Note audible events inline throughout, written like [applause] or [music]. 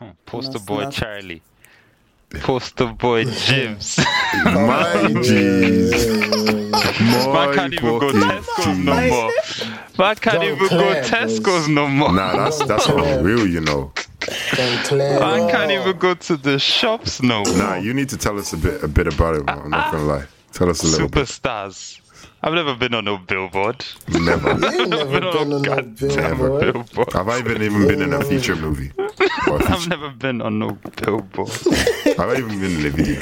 No, poster Nas- boy nas- Charlie. Poster boy James. My jeez. [laughs] Man can't even go fucking Tesco's no jeez. more. Man can't Don't even go clap, please. Tesco's no more. Nah, that's that's for real, you know. Don't clear. Man up. can't even go to the shops no more. Nah, you need to tell us a bit a bit about it. Man. I'm not gonna lie. Tell us a little bit. Superstars. I've never been on no billboard. Never. You [laughs] ain't Been never on been a on no goddamn billboard. billboard. Have I even even been in a feature movie? Or a I've feature? never been on no billboard. Have I even been in a video?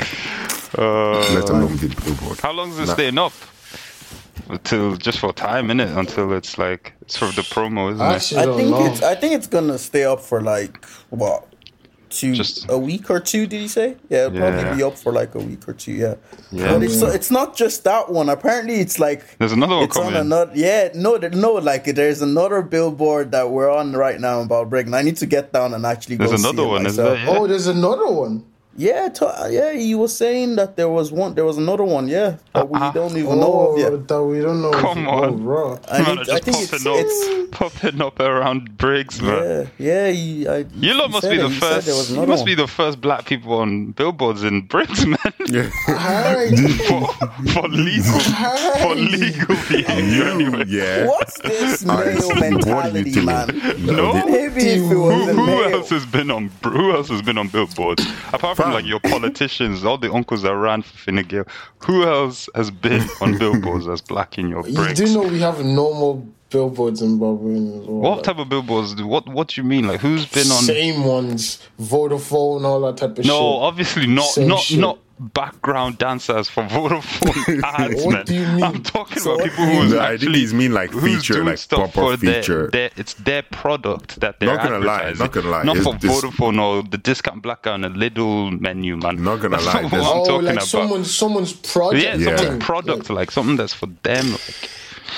Uh, Let alone the billboard. how long's it Nah. staying up? Until just for time, innit? Until it's like it's from the promo, isn't I it? actually I don't think know. it's I think it's gonna stay up for like what two Just- a week or two. Did he say? Yeah, it'll Yeah. probably be up for like a week or two. Yeah. Yeah. But it's it's not just that one. Apparently, it's like There's another one It's on coming. another. Yeah, no, there- no. Like there's another billboard that we're on right now about Brighton. I need to get down and actually. There's go see another it one, is myself. there? Yeah. Oh, there's another one. Yeah, to, yeah. He was saying that there was one. There was another one. Yeah, [laughs] that we don't even know Oh, of yet. that we don't know. if Come it on. go raw. [laughs] I, Man, need, are I just think popping it's, up, it's popping up around Briggs, man. yeah, yeah. He, I, You lot he must said be it. the He said first. there was You another must one. be the first black people on billboards in Britain, man. [laughs] Yeah. Alright. for, for legal, for legal behavior, anyway. [laughs] yeah. What's this Alright, male what are you mentality, doing? man? No. Maybe if it Who, was a who male. else has been on? Who else has been on billboards apart from Fam. like your politicians, all the uncles that ran for Fine Gael, Who else has been on billboards as black in your You bricks? do know we have normal billboards in Bahrain as well. what like, type of billboards? do- What What do you mean? Like who's been on? Same ones, Vodafone, all that type of no, shit. obviously not. Same not shit. not background dancers for [laughs] [laughs] Vodafone ads, What man. do you mean? I'm talking So about what people do you who's The actually ideas mean like who's feature, doing like stuff for proper their, feature. their it's their product that they're Not gonna lie, advertising. not gonna lie, Not it's for this- Vodafone or the discount black guy on a little menu, man. Not gonna [laughs] That's lie, not there's- what I'm oh, talking like about. someone, someone's project. yeah, Yeah. someone's product, like something that's for them. [laughs]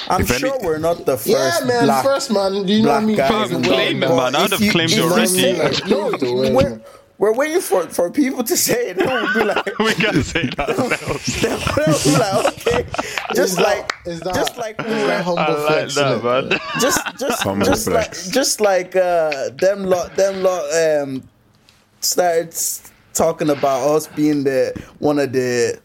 Like, I'm If any- sure we're not the first. Yeah, man. black- first, man. Do you know what I black mean? guy. Fucking Fam, black claim it, guy. man. I would If have you- claimed if it you already. say it, no, Claimed it already. we're, we're waiting for, for people to say it. [laughs] Then we'll be like, we can't say [laughs] it ourselves. then we'll be like okay, Is just that- like, is that- just like we is that were [laughs] humble I like flex, that, innit? man. just just Humble just flex. like just like uh them lot them lot um started s- talking about us being the one of the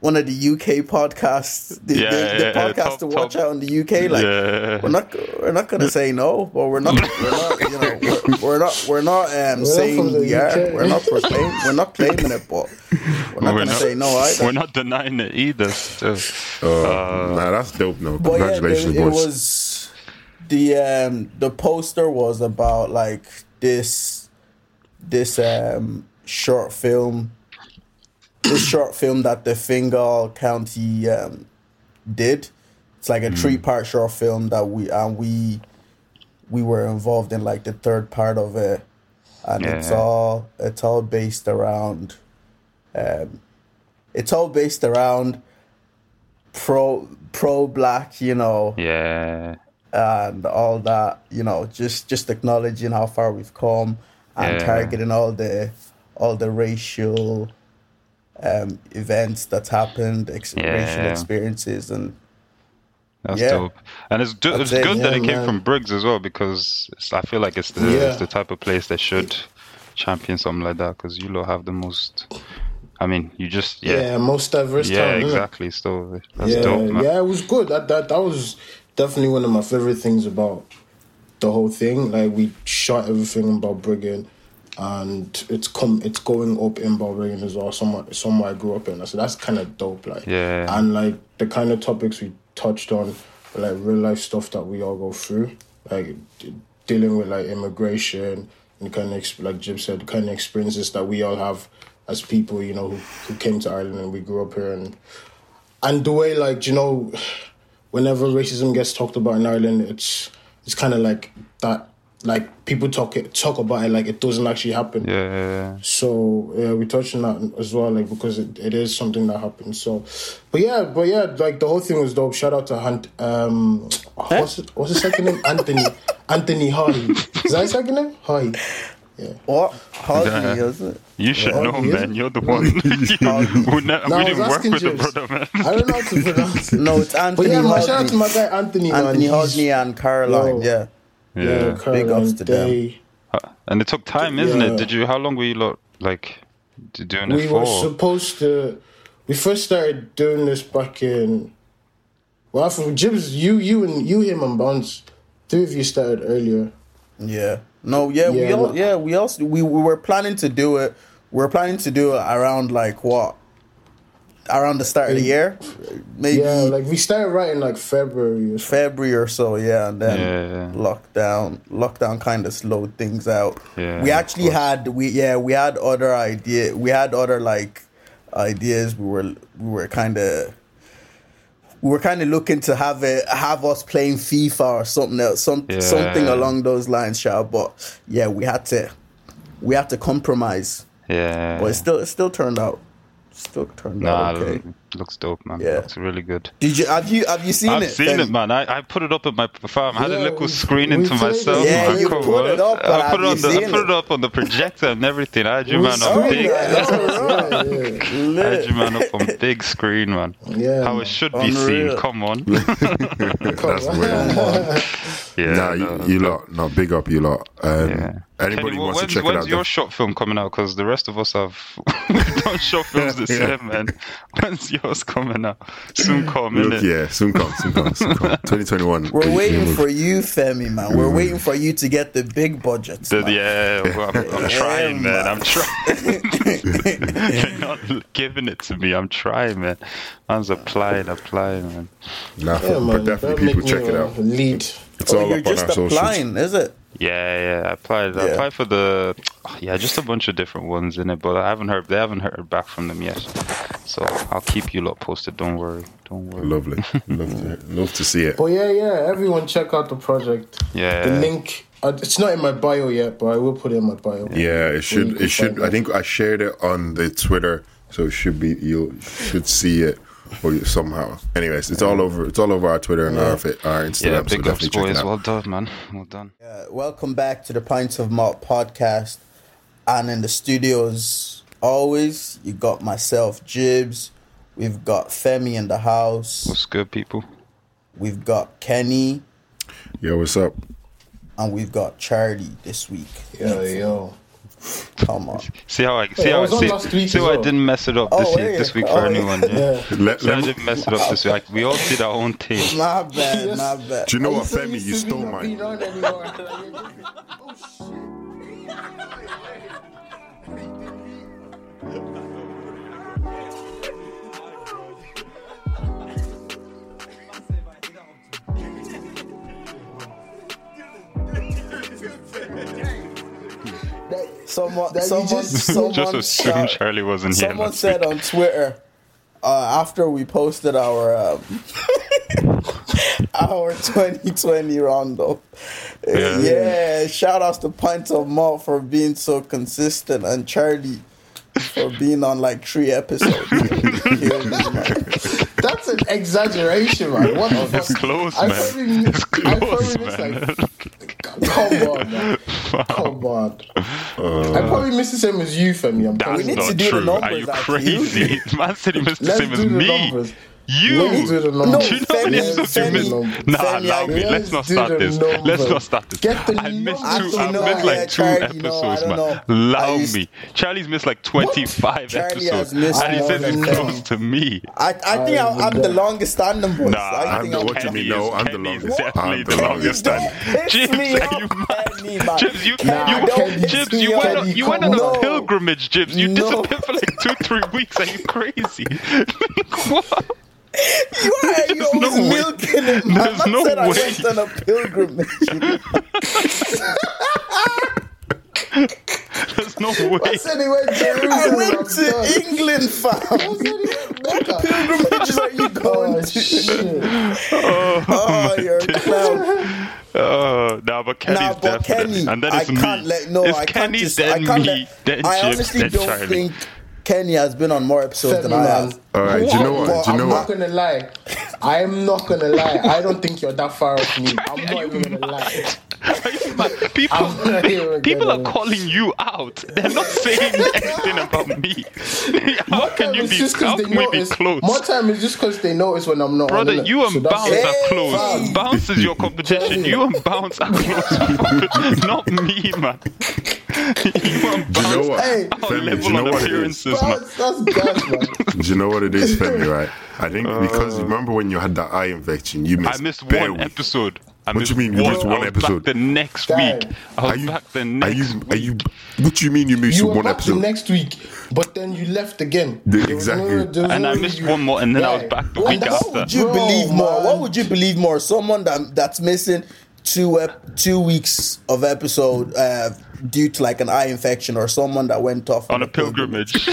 one of the UK podcasts the, Yeah, the, the yeah, yeah, podcast top- to watch top. out in the UK like [laughs] Yeah. we're not we're not gonna say no but we're not we're not you know we're, we're not we're not um from saying the we are UK. we're not proclaim we're not claiming it but we're not We're gonna not, say no either we're not denying it either. So. Uh, nah, that's dope, no. But yeah, Congratulations, it, it [laughs] boys. was the um the poster was about like this this um short film this short film that the Fingal County um did. It's like a Hmm. three part short film that we and we we were involved in like the third part of it. And it's Yeah. all it's all based around um it's all based around pro pro black, you know, Yeah. and all that, you know, just just acknowledging how far we've come and Yeah. targeting all the all the racial um events that's happened, ex- Yeah. racial experiences and That's Yeah. dope. And it's, do- it's That's it, good that yeah, it came man. from Briggs as well because it's, I feel like it's the, Yeah. it's the type of place that should champion something like that because you lot have the most. I mean, you just. Yeah, Yeah, most diverse yeah, town. innit? exactly. So that's Yeah, dope, man. yeah, it was good. That, that that was definitely one of my favorite things about the whole thing. Like we shot everything in Balbriggan, and it's come it's going up in Balbriggan as well. Somewhere somewhere I grew up in, so that's kind of dope. Like Yeah. and like the kind of topics we touched on, were, like real life stuff that we all go through, like d- dealing with like immigration and kind of ex- like Jim said, kind of experiences that we all have as people, you know, who, who came to Ireland and we grew up here and and the way like you know whenever racism gets talked about in Ireland it's it's kind of like that like people talk it talk about it like it doesn't actually happen Yeah. so yeah, we touched on that as well, like because it, it is something that happens. So, but yeah, but yeah, like the whole thing was dope. Shout out to Hunt. Um, what's it, what's his second name? Anthony. Anthony Hardy. Is that his second name? Hardy. what how Yeah. do you use it? You should Yeah. know, Oh, he man. is? [laughs] You're the [laughs] one. we ne- we No, I was didn't work asking with James. the brother, I man. [laughs] don't know how to pronounce it. No, it's But Anthony yeah, man, shout out to Hodney. my guy Anthony. man. Anthony He's- Hodney and Caroline, Yo. yeah. Yeah, Yeah. Caroline ups to them. Day. And it took time, isn't Yeah. it? Did you? How long were you lot like d- doing it we for? were supposed to. We first started doing this back in. Well, from Jibs, you, you, and you, him, and Bonds, three of you started earlier. Yeah. No, yeah, we Yeah, all no. yeah, we also we, we were planning to do it. We were planning to do it around like what? Around the start of the year? Maybe Yeah, like we started writing like February. Or something. February or so, yeah, and then Yeah, yeah. lockdown lockdown kind of slowed things out. Yeah, we of actually had we yeah, we had other idea we had other like ideas we were we were kind of we were kind of looking to have it have us playing FIFA or something else, some Yeah. something along those lines, Shao. But yeah, we had to we had to compromise. yeah. But it still it still turned out still turned nah, out okay. it looks dope, man. Yeah. looks really good. Did you have you have you seen I've it? seen then? it, man. I, I put it up at my farm. I had a Yeah, little we- screen we into played it. myself. Yeah, man. you Come put it on. up, but I put it on have the you I seen put it it? up on the projector and everything. I had you man saw on big. that. [laughs] Yeah, yeah. I Lit. had you man up on big screen, man. Yeah, How man. it should be seen. Unreal. Come [laughs] on. That's way more. yeah. no. Nah, you, you lot. No, big up, you lot. Um, Yeah. Anybody Kenny, wants when's, to check it when's out. your the- short film coming out? Because the rest of us have [laughs] we've done short films this Yeah. year, man. [laughs] When's yours coming out? Soon come, innit? yeah, soon come, soon come, soon [laughs] come. 2021. We're we- waiting we- for you, Femi, man. We're waiting for you to get the big budgets. The- man. yeah, well, I'm, [laughs] I'm Yeah, trying, man. man. I'm trying. [laughs] [laughs] They're not giving it to me. I'm trying, man. Man's applying, applying, man. Nah, Yeah, man, but that definitely people make me check it a out. Lead. It's Oh, all you're up on just our socials. applying, is it? Yeah, yeah. I applied. I Yeah. applied for the oh, yeah, just a bunch of different ones in it, but I haven't heard. They haven't heard back from them yet. So I'll keep you lot posted. Don't worry. Don't worry. Lovely, love to, love to see it. But yeah, yeah, everyone check out the project. Yeah. The link, uh, it's not in my bio yet, but I will put it in my bio. Yeah, it should. can It should. find I it. think I shared it on the Twitter, so it should be you should see it or you- somehow. Anyways, it's all over. It's all over our Twitter and our, fa- our Instagram. yeah, so big ups, definitely check it boys. out. Well done, man. Well done. Uh, welcome back to the Pints of Malt podcast. And in the studios, always, you got myself, Jibs. We've got Femi in the house. What's good, people? We've got Kenny. Yo, what's up? And we've got Charlie this week. Yeah, yo. Come [laughs] on. See how I see Hey, I how I was on see, last week see as how I well. didn't mess it up this Oh, year, yeah. this week Oh, for yeah. anyone. Yeah, Let, See, I let me, didn't mess it up this week. Like, we all did our own [laughs] thing. My bad, my bad. do you know Are what, so Femi? used You to me stole not being mine. on anymore? [laughs] Someone, That you someone, [laughs] just- someone, Just assume shout- Charlie wasn't here. Someone last said week. on Twitter uh, after we posted our um, [laughs] our 2020 roundup. uh, Yeah. Yeah. shout outs to Pint of Malt for being so consistent and Charlie for being on like [laughs] three episodes. Kill me, man. That's an exaggeration, man. What the It's fuck? [laughs] Oh, close, man. It's close, man. I probably knew- I probably missed, like, come [laughs] on, man. Come on. I probably missed the same as you, Femi. I'm Uh, That's probably- need to not do the true. Are numbers, you actually. crazy? [laughs] Man said he missed the Let's same do as the me. numbers. You. Let's do the No, numbers. Do you know how many Femi, episodes you Femi, missed? Femi, Nah, allow I- me. Let's not Let's do start the this. Let's numbers. not start this. Get the I missed numbers. two. I Actually, no, missed yeah, like two Charlie, no, I episodes, don't know. man. I Allow used- me. Charlie's missed like twenty-five Charlie has episodes, missed and he more says than it's Femi. close to me. I, I think I I'm, I'm would- the longest standing voice. I Nah, I'm think the- I'm what you Charlie. mean? No, I'm the Kenny is longest. definitely I'm the longest standing. Don't piss Jibs, me are you off, mad? Kenny, man. Jibs, you, Nah, you, don't piss Jibs, me you went, off. on, you come went on a on. pilgrimage, Jibs. You No. disappeared for like two, three weeks. Are you crazy? [laughs] what? You [laughs] are you no always way. milking it, man. There's I no said I way. went on a pilgrimage. There's no way. I said he went [laughs] to Jerusalem. I went I'm done. to England, I fam. said he went [laughs] Mecca. Pilgrimages are you going Oh, to? shit. Oh, you're a clown. Oh, nah, but Kenny's Nah, but definitely. Kenny, and then I it's me. can't let no. it's I can't Kenny, just. then I can't me, let. then I Jibs, honestly then don't Charlie. think Kenny has been on more episodes Femi, than I man. have. All right, do you know what? Do you I'm know not what? gonna lie. I'm not gonna lie. I don't think you're that far off me. [laughs] I'm not even gonna lie. Are you mad? people, [laughs] I'm not even people are gonna- calling you out. They're not [laughs] saying anything about me. how More can time you is be? just 'cause How they can we be notice- close? More time is just because they notice when I'm not. on, Brother, innit? you and So that's Bounce it. are close. Hey! [laughs] [laughs] Bounce is your competition. You and Bounce are close, not me, man. Do you know what? Hey, Femi, do level you know on what it is? appearances, man. That's, that's [laughs] gas, man. Do you know what it is, Femi? Right? I think because remember when you had that eye infection, you missed. Uh. I missed bare one week. episode. I What missed you mean you missed I one was episode? Back the next Damn. week. I was Are you? back the Are next you? Are you? What do you mean you missed You were one back episode? the next week, but then you left again. The- There was exactly. there was And I missed one more, and then I was Guy, back the what week the- What after. would you Bro, believe more? man. What [laughs] would you believe more? Someone that that's missing two ep- two weeks of episode uh, due to like an eye infection, or someone that went off on a pilgrimage [laughs] to,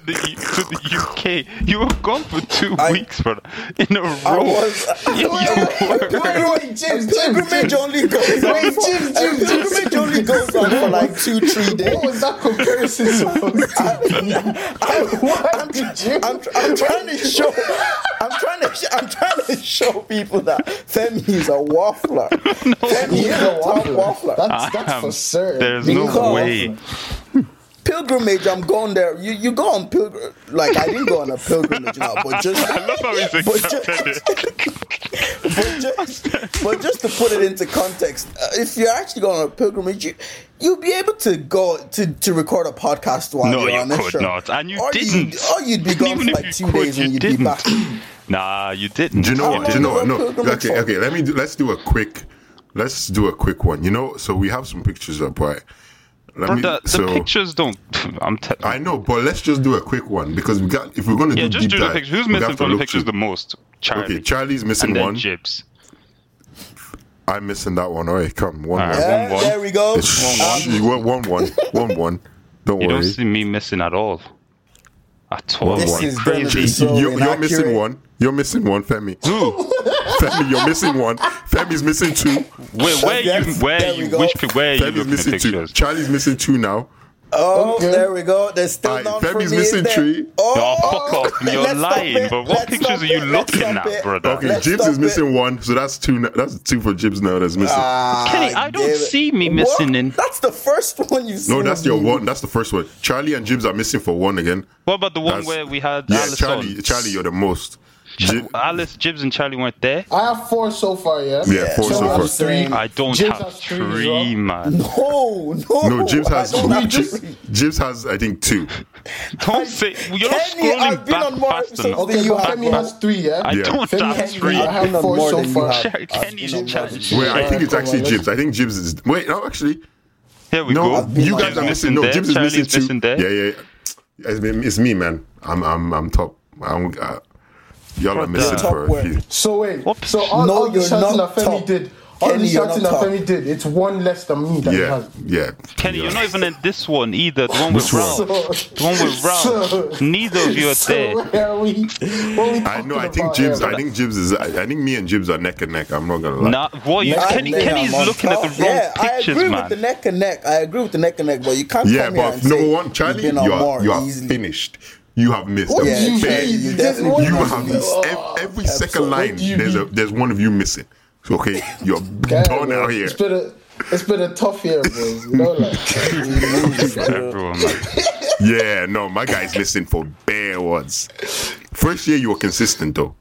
the, to the UK. You were gone for two I- weeks, brother, in a row. I was. You wait, were. wait, wait, James, pilgrimage only goes on. Wait, for- James, a James, James. pilgrimage only goes on for like two, three days. What was that comparison supposed to be? I'm, tr- I'm, tr- I'm trying to show. I'm trying to. Sh- I'm trying to show people that Femi is a [laughs] waffler. Femi is a top waffler. That's, that's Um, for certain. There's Being no called- way. pilgrimage. I'm going there. You you go on pilgrim. Like I didn't go on a pilgrimage now, but just [laughs] I love how he's But ju- accepted it. [laughs] but just, but just to put it into context, uh, if you're actually going on a pilgrimage, you, you'll be able to go to, to record a podcast while No, you're you on this could show. not, and you or didn't. You'd, or you'd be gone [laughs] Even for if like you two could, days and you you'd be didn't. back. Nah, you didn't. Do you know I what? Do you don't know what? know No. pilgrimage Okay, song. okay. Let me do, let's do a quick. Let's do a quick one. You know, so we have some pictures up, right? Let Brother, me. the so pictures don't. I'm. T- I know, but let's just do a quick one because we got. If we're gonna yeah, do just deep do the dive, pictures. Who's we missing have to from the look pictures through- the most? Charlie. Okay, Charlie's missing and then one. Jibs. I'm missing that one. All right, come one All one. right. Yeah, one, one. Eh, There we go. Ah, Shh, you went one one one one. Don't You worry. don't see me missing at all. At all. This Like, is gonna crazy. be so You- you're, you're inaccurate. missing one. You're missing one, Femi. Who? [laughs] Femi, you're missing one. Femi's missing two. Where, where you? Yes, Where there we you? go. Which? pi- Where you Femi's looking at missing two. pictures? Charlie's missing two now. Oh, Okay. there we go. There's still Alright, none for Femi's me, is missing there? three. Oh, Oh, fuck off. You're let's stop lying. it. But what Let's pictures stop are you it. Let's looking at, stop it. brother? Okay, Let's Jibs stop is it. missing one, so that's two. n- That's two for Jibs now. That's missing. Ah, Kenny, I don't David. see me missing What? in. That's the first one you've seen. no, that's of your me. one. That's the first one. Charlie and Jibs are missing for one again. What about the one That's- where we had Yeah, Alice Charlie. on? Charlie, you're the most. Jib- Alice, Jibs, and Charlie weren't there. I have four so far, yeah? Yeah, four so Charlie has far. three. I don't James have has three as three, well. [laughs] man. No, no. no, Jibs I has. don't have Jibs, to read. Jibs has. I think two. Don't say you're not Kenny, I've scrolling been back on more fast episodes enough. than Okay, you but have, Femi bro. E has three, yeah? I Yeah. don't Femi have has three. I I've have been on four more so than you far. have. Ch- I've Kenny's been on more than Ch- you Wait, have. I think it's come on, actually let's- Jibs. I think Jibs is. Wait, no, actually, Here we no. go. You on guys Jibs are missing. No, there, Jibs is Charlie's missing two. there. Yeah, yeah. yeah. It's me, it's me, man. I'm, I'm, I'm top. I'm. Uh, y'all are Brother. missing Top for a work. few. So wait, What? so all, No, all the you're shouting not that Femi top. did, all Kenny, the you're shouting not that top. Femi did, it's one less than me that he Yeah, has. yeah. Kenny, yeah. you're not even in this one either. The one with Which one? Ralph. The one with [laughs] Ralph. So- Neither of you are there. So where are we? What are we I know. I talking think about Jibs. here? I think Jibs is. I, I think me and Jibs are neck and neck. I'm not gonna lie. Nah, what you? I Kenny, think Kenny's I'm on looking at top. the wrong yeah, I agree pictures, with the man. neck and neck. I agree with the neck and neck, but you can't yeah, come here and but number say one, you've Charlie, been on you are, more you are easily. finished. You have missed. What a do Yeah, you fair- Charlie, mean? you There's definitely one- you been on have more. missed every, every second Absolutely. line. What do you There's a mean? there's one of you missing. So, okay, you're Yeah, done bro, out here. It's been a, it's been a tough year, bro. You [laughs] know, like. Everyone, man. Yeah, no, my guy's missing for bare words. First year you were consistent though,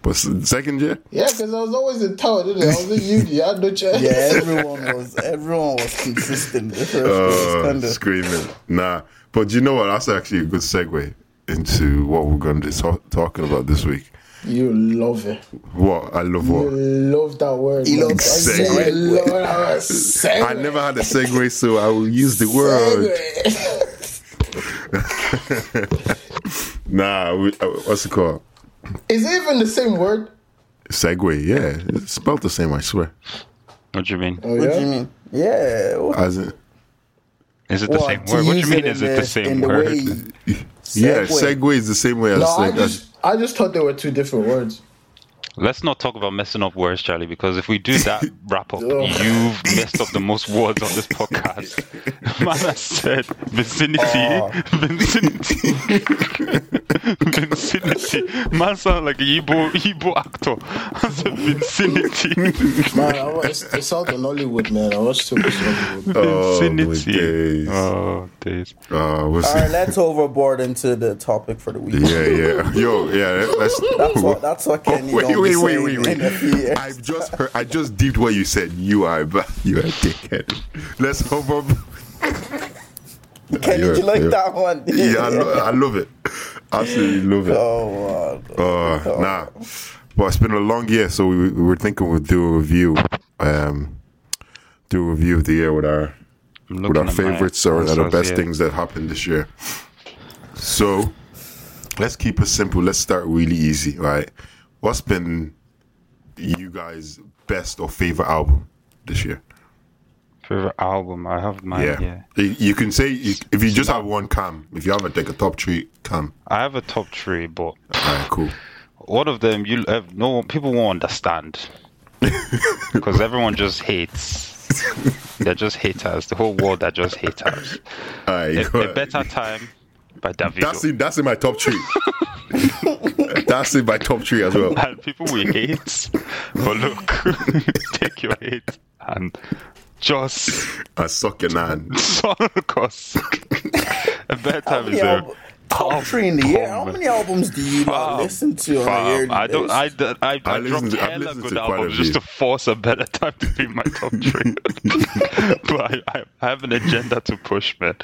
but s- second year, Yeah, because I was always in town, didn't I? I was in uni, I had no chance. Yeah, everyone was everyone was consistent. [laughs] The first uh, one was kinda, screaming. Nah, but you know what? That's actually a good segue into what we're gonna be talk- talking about this week. You love it. What I love You what. love that word. He man. loves I segue. love that word. Segue. I never had a segue, so I will use the word. Segue. Nah, we, uh, what's it called? Is it even the same word? Segue, yeah. It's spelled the same, I swear. What do you mean? Oh, what do you yeah? mean? Yeah, what, As in, Is it the what, same to word? What do you use mean? Is in it the same in word? way- yeah, Segue. segue is the same way as No, I seg- just, I just thought they were two different words. Let's not talk about messing up words, Charlie, because if we do [laughs] that wrap up, Oh. you've messed up the most words on this [laughs] podcast. Man has said vicinity, Oh. vicinity, [laughs] vicinity. Man sound like an Igbo, Igbo actor. I said [laughs] vicinity, Oh, Man, I wa- it's, it's all the Nollywood, man. I watched too much Nollywood. Oh, my vicinity. days. Oh, days. uh, what's All right, let's overboard into the topic for the week. Yeah, yeah. Yo, yeah, let's. That's what that's what Oh, Kenny wait, gonna wait, be wait, saying wait, in a few wait. [laughs] years. I've just heard, I just deeped what you said. You are, a ba- you are a dickhead. Let's hover. Kenny, you're- you like you're- that one? yeah, I, lo- I love it. Absolutely love it. Oh, man. Uh, Nah, but it's been a long year, so we, we were thinking we'd do a review, um, do a review of the year with our I'm with looking our at mine. favorites or Also, the best yeah. things that happened this year. So let's keep it simple. Let's start really easy, right? What's been you guys' best or favorite album this year? Favorite album? I have mine. Yeah, Yeah. You, you can say you, if you just have one cam. If you have a, like a top three cam, I have a top three, but all right, cool. one of them you uh, no people won't [laughs] understand because everyone just hates. They're just haters. The whole world are just haters. All right, A, go a ahead. better time by Davido. That's in that's in my top three. [laughs] that's in my top three as well. and people will hate. But look, [laughs] take your hate and just [laughs] I suck your nan. because a better [laughs] How time many is a al- top three in the year. How many albums do you not Fam, listen to on fam, a yearly Um, I don't. I, basis? I, I, I listen dropped to- I've hella listened good to quite a albums just few. to force a better [laughs] time to be in my top three. [laughs] but I, I, I have an agenda to push, man.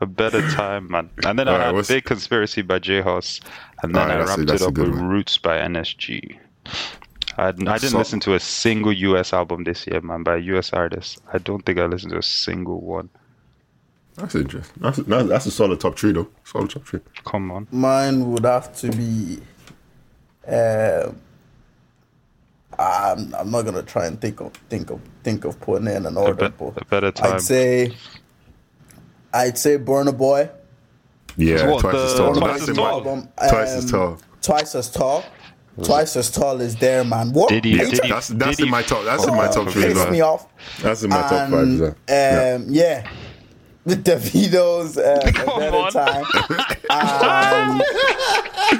A better time, man. And then I Alright, had what's- Big Conspiracy by J House, and then Alright, I that's a- wrapped it that's a up good with one. Roots by NSG. I, I didn't So- listen to a single US album this year, man, by a US artist. I don't think I listened to a single one. That's interesting. That's, that's that's a solid top three though. Solid top three. Come on. Mine would have to be. Um, I'm, I'm not gonna try and think of think of think of putting in an A, order, bet but a better time. I'd say I'd say Burner Boy. Yeah, What, twice as the- tall. Twice that's as in Tall? my album, twice as um, tall. Twice as tall. Twice as tall is there, man. What? Did he- Are you did trying he- That's that's did in my he- top. That's in my Oh, top to okay. three. as piss well. me off? That's in my top five. And, as well. Yeah. Um, yeah. The [laughs] Davido's uh, a Come better on. [laughs] time. Um,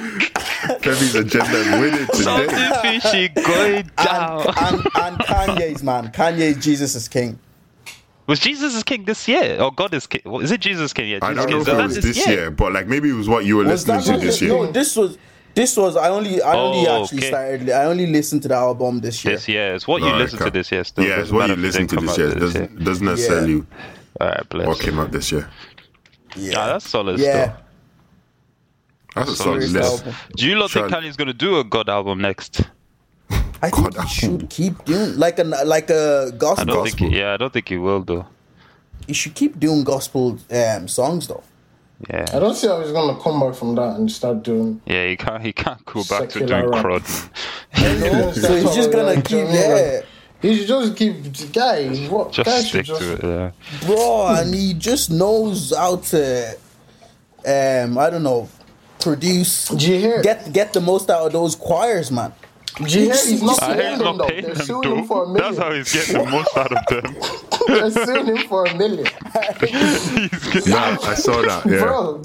Kevin's agenda winning today. Something fishy going down. and, and, and Kanye's man, Kanye's Jesus is King. Was Jesus is King this year? Or God is King? Well, is it Jesus King? Yeah, I Jesus King. don't know if So it that was is- this year. but like maybe it was what you were Was listening that to not this this, year. no? This was this was. I only I only Oh, actually okay. started. I only listened to the album this year. This year. It's what you Alright, listen okay. to this year. Still. uh, Yeah, it's Doesn't what you matter if it listen to didn't this come year. out It Doesn't doesn't necessarily All right, bless. what came out this year. Yeah. Nah, that's solid yeah. still. That's a Solid solid list. album. Do you lot think Sean. Kanye's going to do a God album next? I think God, he should keep doing like a like a I gospel. don't think. He, Gospel. yeah, I don't think he will though. He should keep doing gospel um, songs though. I Yeah. don't see how he's gonna come back from that and start doing. Yeah, he can't. He can't go back to Secular doing rap. crud. So he's just gonna keep yeah, He should just keep guys. What Just guys stick should just to it. Yeah. bro, and he just knows how to, um, I don't know, produce. Do you hear? Get get the most out of those choirs, man. Do you hear? He's not I paying hear he's them not though. paying They're them suing him for a though. million. That's how he's getting the most out of them. [laughs] They're suing him for a million, He's getting- Yeah, I saw that. Yeah. bro.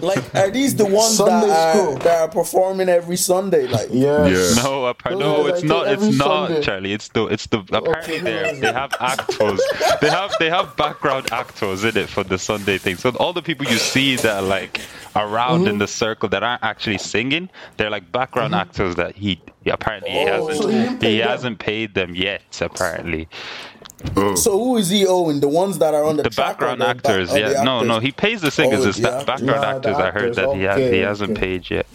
Like, are these the ones that Sunday are, school. that are performing every Sunday? Like, Yes. Yeah. [laughs] No, appa- Those no, guys it's I not. do It's every not, Sunday. Charlie. It's the. It's the. Apparently, Okay. they they have actors. they have they have background actors in it for the Sunday thing. So all the people you see that are like around in the circle that aren't actually singing, they're like background actors that he apparently he Oh, hasn't so he he, didn't pay them. hasn't paid them yet. Apparently, Oh. so who is he owing? The ones that are on the, the track or background the back- actors. or the yeah, no, actors? no, he pays the singers. Oh, it's the the actors. background Yeah, the actors. I heard actors, that he has he okay, hasn't okay. paid yet.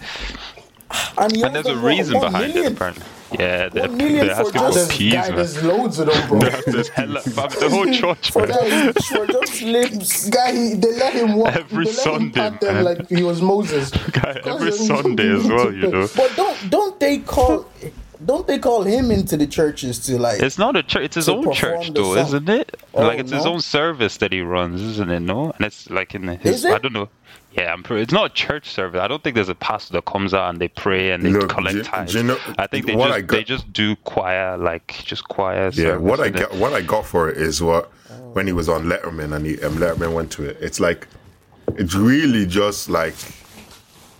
and, he And there's has a them, what, reason one behind it, million? apparently. Yeah, they're, One million they're for asking just- for There's, peas, guy, man. there's loads of [laughs] them, bro. There's hella, fam, the [laughs] whole church, For man. just, for just lips. guy, he, they let him walk. Every they let Sunday, him pat them man. like he [laughs] was Moses. Guy, Cause [laughs] every they need Sunday as people well, to you [laughs] know. pay. But don't don't they call don't they call him into the churches to like It's not a church. It's his To own perform church, the though, song. isn't it? Oh, like it's his no. own service that he runs, isn't it? No, and it's like in the, his. Is it? I don't know. Yeah, I'm pretty, it's not a church service. I don't think there's a pastor that comes out and they pray and they Look, collect do- tithes. do you know- I think they what just I got- they just do choir, like just choir. Yeah, service, what I isn't it? got, what I got for it is what when he was on Letterman and he um, Letterman went to it. It's like it's really just like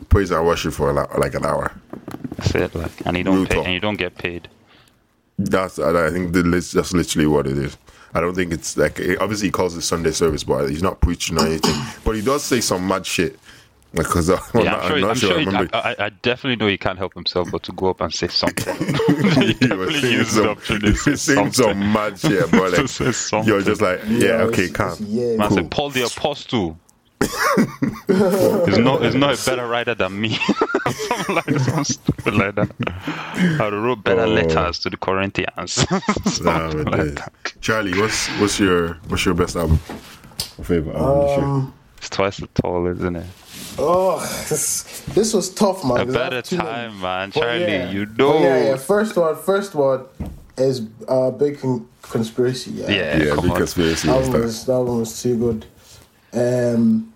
praise and worship for a lot, like an hour. That's it. Like, and you don't pay, Brutal. and you don't get paid. That's I I think the list, that's literally what it is. I don't think it's like it, obviously he calls it Sunday service, but he's not preaching or anything. But he does say some mad shit. Because [laughs] I'm, yeah, not- I'm sure. I'm I'm not sure. sure I he- remember. I, I, I definitely know he can't help himself but to go up and say something. he definitely singing used the some, opportunity [laughs] he to was say singing some something. mad shit, [laughs] bro. To Like, say something. you're just like, yeah, Yeah, okay, it's- calm. it's- yeah. Man cool. said, Paul the Apostle. is not is not a better writer than me. [laughs] Something like some stupid like that. I wrote better Oh. letters to the Corinthians. [laughs] Nah, Something man, like dude. that. Charlie, what's what's your what's your best album? Favorite album this Um, year? It's twice as tall, isn't it? Oh, this, this was tough, man. A 'cause I have better too many. time, man. But Charlie, yeah. you But know. yeah, yeah. First one, first one is uh, big con- conspiracy. Yeah. Yeah, Yeah, come Big on. Conspiracy That and one stuff. was that one was too good. Um,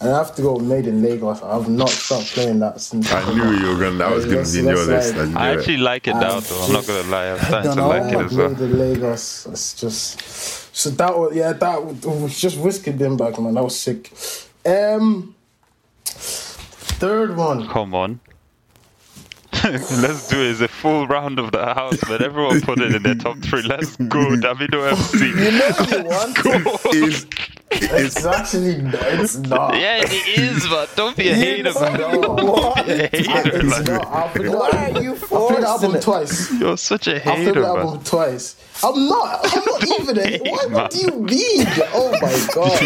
and I have to go with Made in Lagos. I've not stopped playing that since. I knew you were gonna. That was gonna That's- be in your that's list. I like- knew I it. actually like it now, Um, though. I'm not gonna lie. I'm I starting don't to know. like it I as well. Made in Lagos. It's just so that was yeah. That was- it was just whisking them back, man. That was sick. Um, third [laughs] one. Come on. Let's do it. It's a full round of the house, but everyone put it in their top three. Let's [laughs] go, Davido You FC. know the one. Is- It's actually it's [laughs] not. Yeah, it is, but don't be a You hater. know man. [laughs] [laughs] what? Don't be a hater. It's Like, not. I've played Why the are you forcing album it? twice. you're such a I've played hater, the man. album twice. I'm not. I'm not even. A, what do you mean? Oh my god!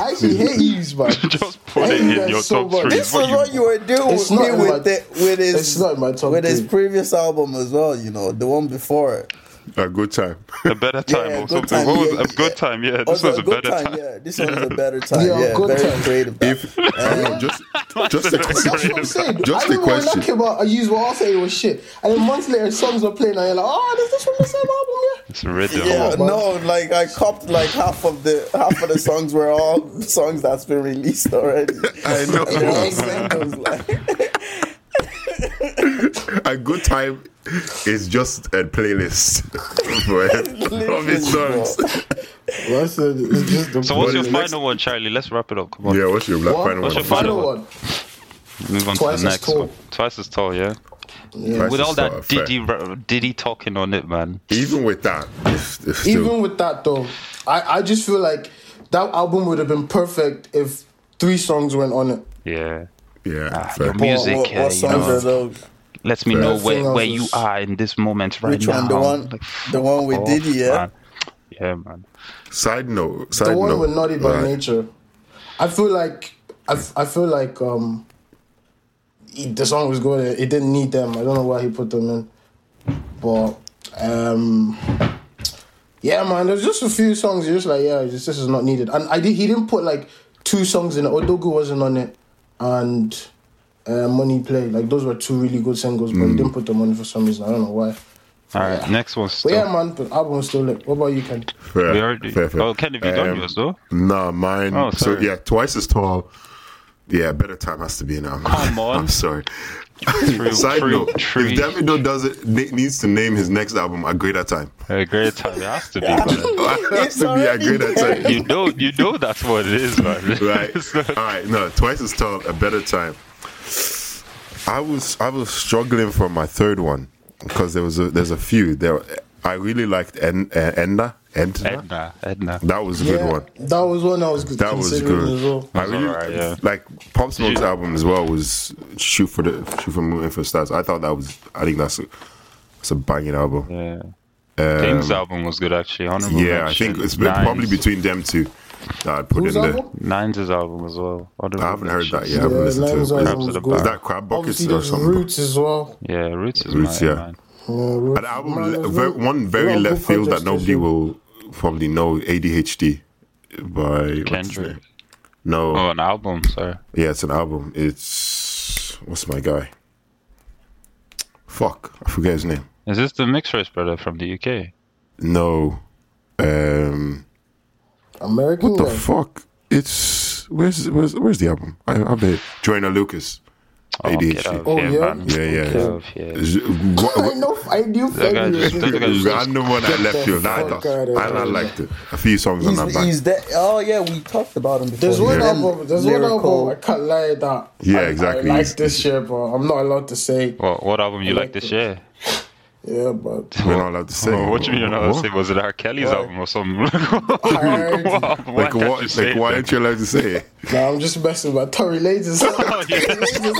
I actually hate you, man. Just put I it hate you in guys your so top much. three. This was you- what you were doing It's with not me in my- with, the, with his It's not in my top with his three. previous album as well. You know the one before it. a good time. [laughs] A better time Yeah, or good something. time, what was yeah, a good yeah. time? Yeah, this Also, was a Oh, good better time. Yeah, this one's a [laughs] better time. Yeah, Yeah, good very time. creative. If [laughs] I don't know, just just a That's what I'm question. saying. Just a I remember when question. that came out, I used what I say it was shit, and then months later, songs were playing, and you're like, "Oh, is this from the same album?" Yeah. It's rhythm. yeah, on, man. no, like I copped like half of the half of the songs were all songs that's been released already. I [laughs] And they're all know. singles, like, a good time is just a playlist [laughs] for of his songs. Well, so it's just the So, what's your Well, next- final one, Charlie? Let's wrap it up. Come on. Yeah, what's your black What? final What's one? your final final one? one? Move on Twice to as the next tall. one. Twice as tall, yeah? Price With is all so that fair. Diddy, ra- Diddy talking on it, man. even with that, it's, it's still, Even with that though, I, I just feel like that album would have been perfect if three songs went on it. Yeah. yeah, your fair. music. what, uh, what you songs know, are those? lets me know Nothing where, else where is- you are in this moment right Which now. one? The one- Like, the one we fuck did, yeah? man. Yeah, man. Side note, side The one note. with Naughty by right. Nature, I feel like I, f- I feel like um it- the song was good. It didn't need them. I don't know why he put them in, but um yeah, man. There's just a few songs. You're just like yeah, this, this is not needed. And I did. He didn't put like two songs in it. Odogu wasn't on it, and. Uh, money play like those were two really good singles, but Mm. he didn't put them on for some reason. I don't know why. All right, next one. But Still. yeah, man, the album was still lit. What about you, Ken? Fair, We already- fair, fair. Um, Oh, Ken, have you done yours, though? Nah, mine. Oh, so sorry. yeah, twice as tall. Yeah, better time has to be now. Come on. [laughs] I'm sorry. True, [laughs] Side true, note: true. If Davido does it, na- needs to name his next album "A Greater Time." A great time. It has to be, man. it has It's [laughs] to be a already greater there. time. You know, you know that's what it is, man. [laughs] right? It's not- All right, no, twice as tall, a better time. I was I was struggling for my third one because there was a, there's a few there. I really liked en, uh, Enda, Enda. Edna, Edna. That was a good one. That was one I was That was considering good. as well. I really alright, yeah. like Pop Smoke's album as well was Shoot for the Shoot for the Moon and for the Stars. I thought that was I think that's a, that's a banging album. Yeah, Yeah. King's album was good, actually. Honorable um, I mention. think it's been probably Nines- between them two that I put Whose in there. album? Nines' album as well. Honorable I haven't heard that mention. yet. I haven't Yeah, listened to it. Nines' but- album was Is good. that Crab Buckets Obviously, or there's something? Roots as well. Yeah, Roots is Roots, mine, yeah. man. Yeah, Roots. An album, Man, there's very, Roots. one very Lot of left good field that projects this nobody year. will probably know, ADHD by what's his Kendrick. name? No, Oh, an album, sorry. yeah, it's an album. It's what's my guy? Fuck, I forget his name. Is this the mixed race brother from the UK? No, um, American the Guy. fuck? It's where's where's where's the album? I, I bet Joyner Lucas, Oh, get ADHD. out Oh, of yeah? here, man. Yeah, yeah. Get out of here. Z- what- I know. I knew. That guy Fabulous. just- that guy just- Random one I left the you. Nah, I, fuck thought- out of I, I here. liked it. A few songs on that He's, back. he's that. Oh yeah, we talked about him before. There's one He's album. There's one lyrical. album. I can't lie that. Yeah, I- exactly. I like He's- this year, but I'm not allowed to say. What, what album you like like this it. year? Yeah, [laughs] but We're not allowed to sing. Oh, What do you mean you're not allowed to say? Was it R. Kelly's Why? album or something? [laughs] [laughs] Why Like, can't what, you like say why that? aren't you allowed to say [laughs] it? nah, I'm just messing with Tory [laughs] Lanez's [laughs] Oh, yeah.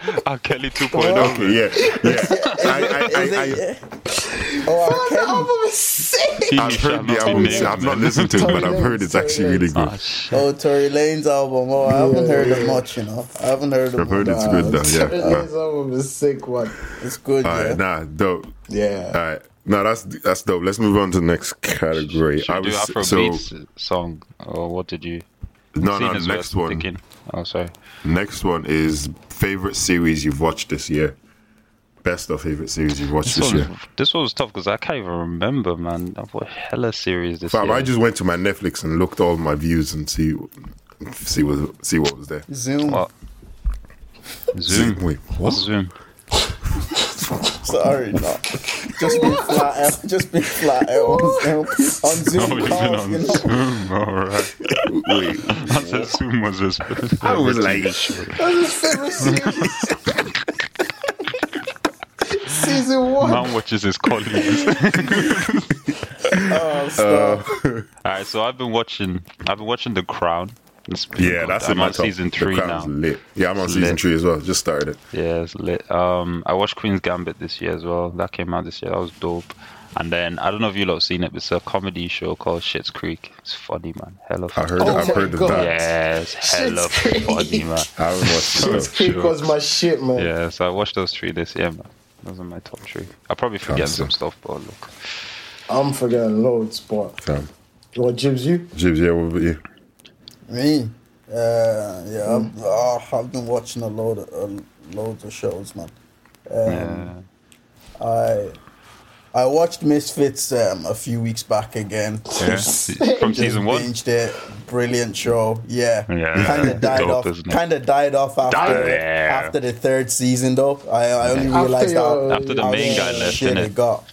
[laughs] stuff. R. Kelly oh. 2.0. Okay, yeah, [laughs] yeah. I, I, Oh. Is I, I, it- oh, R. That Kelly. album is sick. He I've shall not heard the be album. named, I've not man. listened to it, but I've heard it's actually really Ah, good. shit. Oh, Tory Lane's album. Oh, I haven't heard it much, you know. I haven't heard it. I've heard it's good though. Tory Yeah. Nah. Lanez's album is sick, one. It's good. All yeah. right, nah, dope. Yeah. All right, no, that's that's dope. Let's move on to the next category. Should do Ah, was- Afrobeats song or what did you? no, seen no. as Next well, one. thinking- Oh, sorry. Next one is favorite series you've watched this year. Best of favorite series you've watched This this, one, was, year. this one was tough because I can't even remember, man. I've watched hella series this Fam, year. I just went to my Netflix and looked all my views and see see what see what was there. Zoom. What? Zoom. Wait, What's what? Zoom? Sorry, no. Just [laughs] be flat out. Just be flat out on Zoom. On Zoom Oh, you've been calls, on you know. Zoom. All right. Wait, [laughs] I said Zoom was his. I was like, [laughs] Season one. man watches his [laughs] colleagues. Oh, stop. Uh, All right, so I've been watching. I've been watching The Crown. It's been yeah, good. that's I'm in my on top. season The three now. Crown's Lit. Yeah, I'm on season lit. three as well. Just started it. Yeah, it's lit. Um, I watched Queen's Gambit this year as well. That came out this year. That was dope. And then I don't know if you lot have seen it, but it's a comedy show called Shit's Creek. It's funny, man. Hella I funny. heard. Oh I've my heard of God. that. Yes, hella Schitt's Creek. funny, [laughs] man. I haven't watched it. This though. kick was my shit, man. Yeah, so I watched those three this year, man. Those are my top three. I'll probably forget Awesome. some stuff, but look. I'm forgetting loads, but Fam, what Jibs you? Jibs, yeah, what about you? Me? Uh, yeah, I've, oh, I've been watching a load of uh, loads of shows, man. Um, Yeah. I I watched Misfits um, a few weeks back again. Yeah. From Just season one. Binged it. Brilliant show. Yeah. Yeah, Kind it's of died dope, off. isn't it? Kind of died off after the, Yeah. after the third season, though. I, I only After realized your- how, After the how main guy left, shit innit? it got.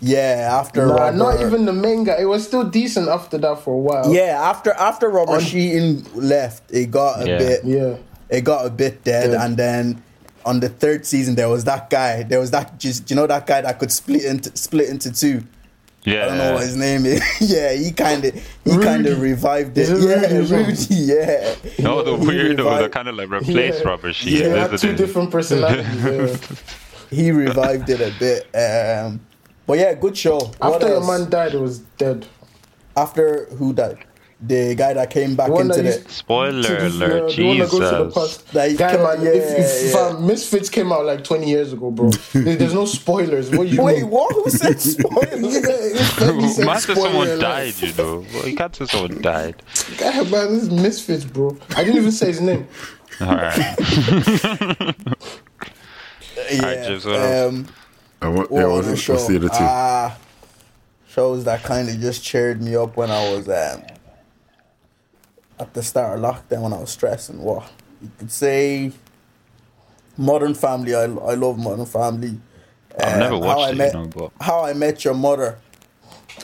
Yeah, after Nah, Robert, not even the main guy. It was still decent after that for a while. Yeah, after after Robert Sheehan left, it got a Yeah. bit Yeah. it got a bit dead, Dead. and then on the third season there was that guy there was that just you know that guy that could split into split into two Yeah. i don't know what his name is [laughs] yeah he kind of he kind of Rudy. revived it Is it yeah Rudy or rudy [laughs] something? yeah No, the He weirdos revived- that kind of like replace Yeah. rubber sheet. Yeah, Yeah, had two different personalities. yeah. [laughs] he revived it a bit um but yeah good show what After your else? man died, it was dead. after who died the guy that came back The one into that the used- Spoiler To the- alert, yeah, the one that goes to the [laughs] Jesus. past. Like, Guy, come man, on, yeah, if, if yeah. um, Misfits came out like 20 years [laughs] ago, bro, there- there's no spoilers. What you wait mean? [laughs] what who said spoiler Man Man said someone died, you know. Well, you can't say someone died. God, man, this is Misfits, bro. I didn't even say his [laughs] name. All right. yeah Jibs, what else? um I want, What yeah, other what's, what's show? the other two? Ah, shows that kind of just cheered me up when I was um, at the start of lockdown when I was stressing. What you could say, Modern Family. I, I love Modern Family. I've Um, never watched How I it, Met- you know, but How I Met Your Mother.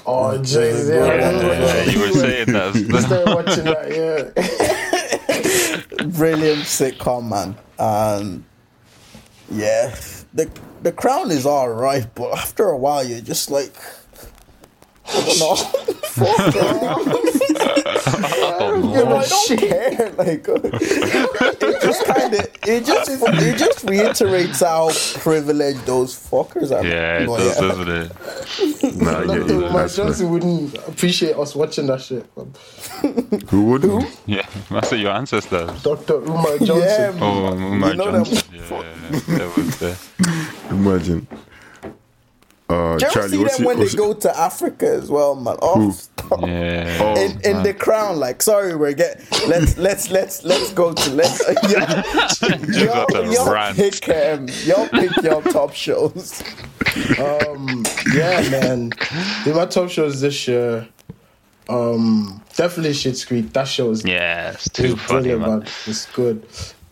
Oh, Jesus. Yeah, I yeah, remember that. you were [laughs] saying that. Started watching that, yeah. [laughs] Brilliant sitcom, man. And yeah, the the Crown is all right, but after a while, you're just like, I don't know. [laughs] Fuck it. Yeah, Oh, but I don't care. [laughs] Like it just kind of it just it just reiterates how privileged those fuckers are. yeah, it But does, yeah. doesn't it? Nah, I get you. Dr. Mike That's fair. Johnson wouldn't appreciate us watching that shit. Who would? Who? Yeah, [laughs] that's your ancestors. Dr. Umar [laughs] Yeah, Johnson. man. Oh, my You know them. Johnson. Yeah, that was, uh, Imagine. Uh, Do you ever Charlie, see what's them your, when what's they go to Africa as well, man? Oh, stop. yeah. Oh, In, in the crown, like sorry, we're get let's let's let's let's go to let's uh, yeah, [laughs] Just got to y'all rant. pick um, y'all pick your top shows. Um, yeah, man. In my top shows this year, um, definitely Shit's Creek. That show is Yeah, it's is too funny, brilliant, man. man. It's good.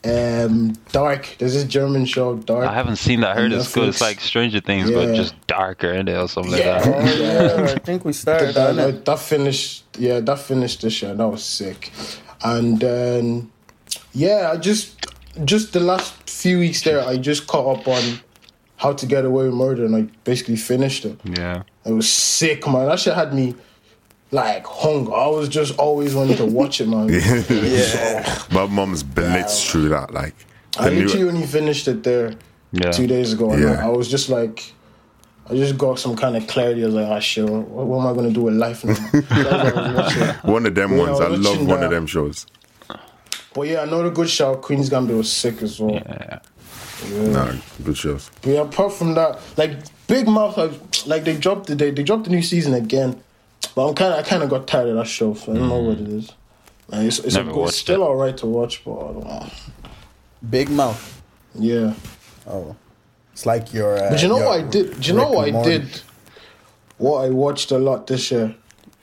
Um, Dark. There's this German show, Dark. I haven't seen that. I heard it's good. It's Netflix. like Stranger Things, but Yeah. just darker in it or something like [laughs] Yeah. that. yeah, I think we started that, that- that finished yeah that finished this year that was sick and then yeah i just just the last few weeks there i just caught up on How to Get Away with Murder, and I basically finished it. Yeah. It was sick, man. That shit had me like hung. I was just always wanting to watch it, man. [laughs] Yeah. My mum's blitzed through that. Like, I the new- literally only finished it there Yeah. two days ago, and Yeah. I, I was just like, I just got some kind of clarity. I was like, ah, shit, what, what am I gonna do with life now? That's what I was watching. one of them Yeah, ones. I watching love one that. of them shows. but yeah, another good shout. Queen's Gambit was sick as well. Yeah. Nah, good shows. But yeah, apart from that, like Big Mouth, like, like they dropped the they, they dropped the new season again. But I'm kind of I kind of got tired of that show. So I don't know what it is. Like, it's it's, a Mm. Never good- it's watched still it. all right to watch, but I don't know. Big mouth. Yeah. Oh, it's like your. Uh, But you know your what I did? Do you know Rick what and I Morty. did? What I watched a lot this year,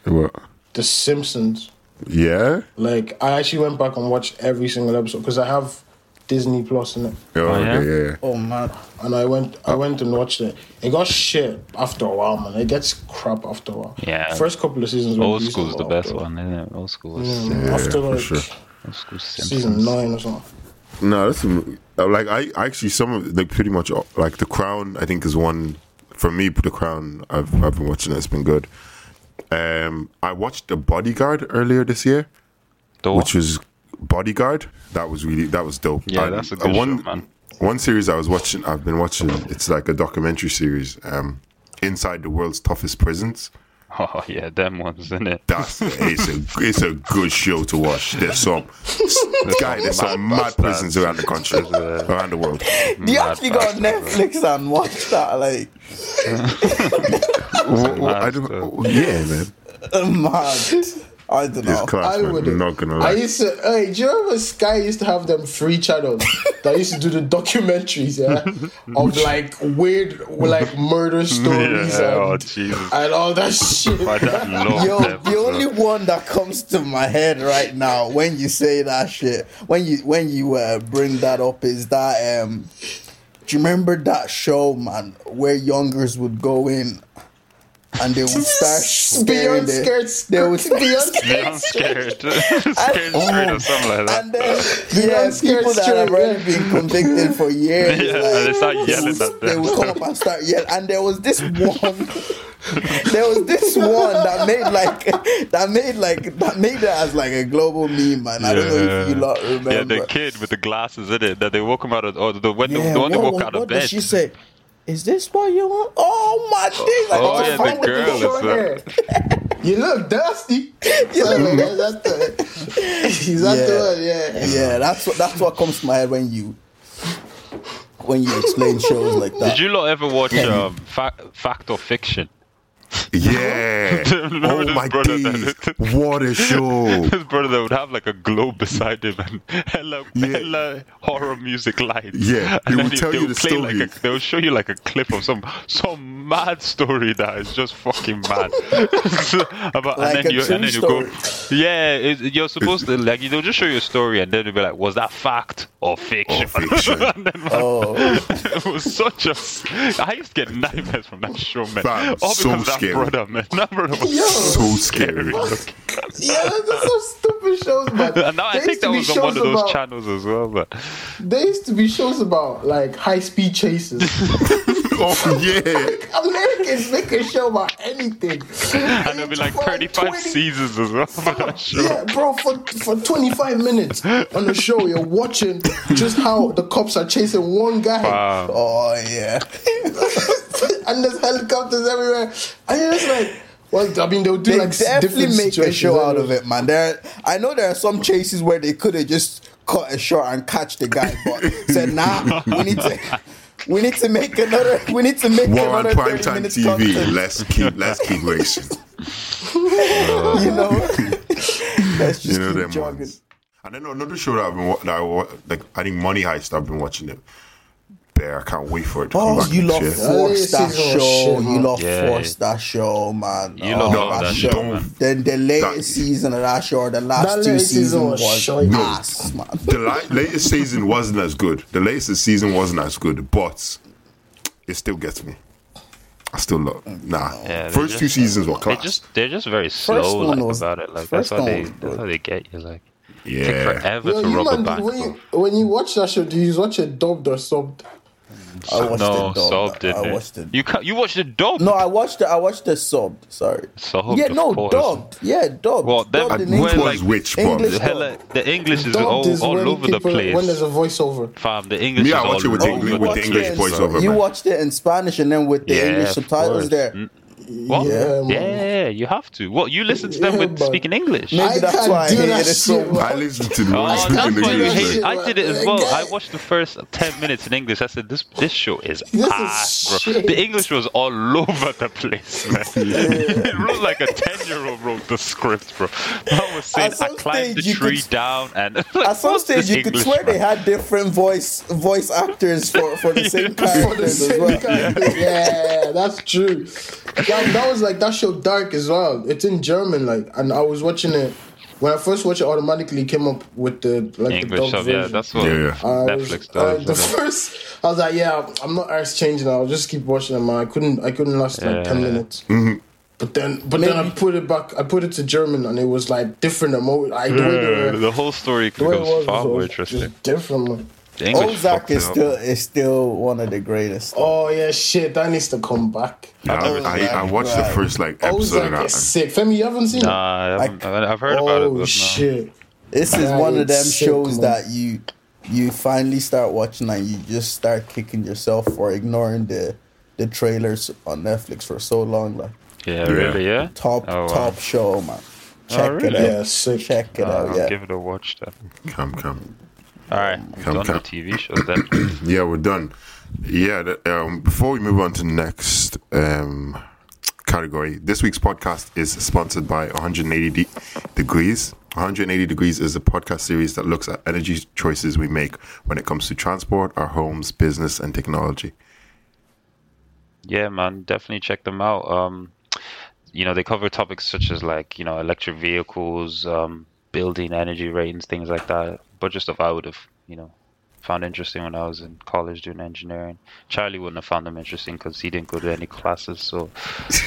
What? The Simpsons. Yeah. Like I actually went back and watched every single episode because I have Disney Plus in it, Oh, yeah? okay, yeah. yeah. Oh man, and I went I went and watched it. It got shit after a while, man. It gets crap after a while. Yeah. First couple of seasons. were Old decent, school's the but best after- one, isn't it? Old school. is Mm, sick. after for like sure. Old school season Simpsons. nine or something. No, that's uh, like I I actually some of like pretty much all- like the Crown. I think is one for me. The Crown. I've I've been watching. It, it's been good. Um, I watched The Bodyguard earlier this year, The which was Bodyguard. That was really that was dope. Yeah, I- that's a uh, good one, show, man. One series I was watching. I've been watching. It's like a documentary series. Um, inside the world's toughest prisons. [laughs] Oh yeah, them ones, isn't [laughs] it? That's it's a it's a good show to watch. There's some guy. There's some mad mad prisons bastards. around the country, around the world. you actually go on Netflix and watch that like Well, well, I mad don't, stuff. well, yeah, man. mad. Oh, I don't It's know. class, I man. would. I'm not gonna I lie. used to. Hey, do you remember Sky used to have them free channels [laughs] that used to do the documentaries, yeah, of like weird, like murder stories [laughs] Yeah, oh and, Jesus! and [laughs] all that shit. [laughs] My [laughs] dad loved Yo, them. the [laughs] only one that comes to my head right now when you say that shit, when you when you uh, bring that up, is that um, do you remember that show, man, where youngers would go in and [laughs] they would start scaring Beyond the- scared, They would beyond Yeah, scared, I'm scared. [laughs] scared straight or something like that. [laughs] And then, yeah, scared people that have straight, already been convicted for years, [laughs] Yeah, like, they start yelling would- at them. They would come up and start yelling. And there [laughs] was this one, there was this one that made like that made like that made it as like a global meme, man. I don't know if you lot remember. Yeah, the kid with the glasses in it that they woke him out of, or the, when the, Yeah, the one that woke what- what- out of what bed. did she say? Is this what you want? Oh my days! Like, Oh, it's a yeah, the friend with girl is short the- hair. [laughs] You look dusty. that's the. Is that Yeah. the one? Yeah. Yeah, that's what that's what comes to my head when you when you explain shows like that. Did you lot ever watch um, fa- Fact or Fiction? [laughs] Yeah. Remember oh this my brother days. that- What [laughs] a show. His brother would have like a globe beside him and hella, Yeah. hella horror music lights. Yeah, and it then would tell they you would the play like story. a, they would show you like a clip of some some mad story that is just fucking mad. [laughs] About and then Like a you true and then you go, yeah, it, you're supposed to like you know just show you a story and then you'll be like, was that fact or Oh, fiction? [laughs] fiction. Oh, it was such a. I used to get nightmares from that show, man. Fam, All because so of that scary. brother, man. That brother was Yo. so So scary. scary. looking. Yeah, that's just some stupid shows, man. [laughs] and now I There think used to that be was on one shows of those about- channels as well, but [laughs] There used to be shows about like high speed chases. [laughs] oh, [laughs] yeah. Americans make a show about anything. and there'll be like For 35 20 seasons as well [laughs] for that show. Yeah, [laughs] bro, for, for 25 minutes on the show, you're watching just how the cops are chasing one guy. Wow. oh yeah. [laughs] and there's helicopters everywhere. And you're just like, well, I mean, they'll do They like s- definitely different make a situations show out anyway. of it, man. There, I know there are some chases where they could have just cut it short and catch the guy, but said, "Nah, we need to, we need to make another, we need to make War on another thirty primetime minutes TV. content." Let's keep [laughs] let's keep racing. You know, let's just You know keep them jogging. ones. And then another show that I've been wa- that I wa- like I think Money Heist. I've been watching it. Bear, I can't wait for it. To come Oh, back you next lot year. forced that This is all show. shit, You man. lot Yeah. forced that show, man. You Oh, lot No, love that that show. show, don't. Then the latest That- season of that show, the That last two latest season seasons was was shite. No. ass, man. The li- latest season wasn't as good. The latest season wasn't as good, but it still gets me. I still love. Nah, Yeah, they first two just- seasons were They class. just they're just very slow one like, was- about it. Like that's first how one they was that's good. how they get you. Like yeah, take forever Yo, to you rubber man, band. when you, bro. when you watch that show, do you watch it dubbed or subbed? I watched no, it. Sob Dog. did I it. watched it. You can't, you watched the dub. No, I watched the I watched the subbed. Sorry. Subbed, Yeah, of no, course. dubbed. Yeah, dubbed. Well, that- Dubbed in well, Where, Which English. one's like, which, English- bro? Hella, the English is Dubbed all, is all when over the people- When place. there's a voiceover. Fam, the English Me, is I watch all it over with the Oh, English- you with the watched English it. voiceover, You man. watched it in Spanish and then with the Yeah, English of subtitles course. there. What? Yeah, Yeah, man. you have to. What? You listen to them Yeah, with man. speaking English. Maybe I that's can't why I do hated that it so shit, much. I listen to the Oh, ones that's speaking why you English, hate. man. I did it as well. Okay. I watched the first ten minutes in English. I said, "This this show is This is ass, bro." shit. The English was all over the place. Man. it wrote like a ten-year-old wrote the script, bro. I was saying, At I some climbed the stage you tree could- down, and [laughs] At some what's stage, this you could English, swear they man? had different voice voice actors for, for [laughs] the same [laughs] For the characters as same well. character. Yeah, that's true. That, that was like that show Dark as well. It's in German, like, and I was watching it when I first watched it. Automatically came up with the like the English dub sub, version. yeah, that's what Yeah, yeah. I was- Netflix I- does. the first, I was like, yeah, I'm not arse changing. I'll just keep watching them. I couldn't, I couldn't last like ten Yeah. Mm-hmm. minutes. But then, but then I put it back. I put it to German, and it was like different. Emo- I the way they Yeah, were- the whole story the way it Mm, becomes was far was more all interesting. just different. man. The English Ozark fucked it is up. still is still one of the greatest. Oh yeah, shit, that needs to come back. Yeah, I, Ozark, I, I watched the right. first like episode Ozark and I, is sick. Femi, you haven't seen it? Nah, I haven't- I've heard about it. Oh but no. shit! This is Yeah, one of them it's sick, shows man. that you you finally start watching and you just start kicking yourself for ignoring the the trailers on Netflix for so long. Like Yeah, really, yeah. top Oh, wow. top show, man. Check really? it out. Yeah, sick. Check it Uh, out. I'll Oh, Yeah. give it a watch then. come, come. All right, we've Come, done come. the TV shows then. Yeah, we're done. Yeah, th- um, before we move on to the next um, category, this week's podcast is sponsored by 180 De- Degrees. 180 Degrees is a podcast series that looks at energy choices we make when it comes to transport, our homes, business, and technology. Yeah, man, definitely check them out. Um, you know, they cover topics such as like you know electric vehicles, um, building energy ratings, things like that. But just stuff I would have you know found interesting when I was in college doing engineering. Charlie wouldn't have found them interesting because he didn't go to any classes. So,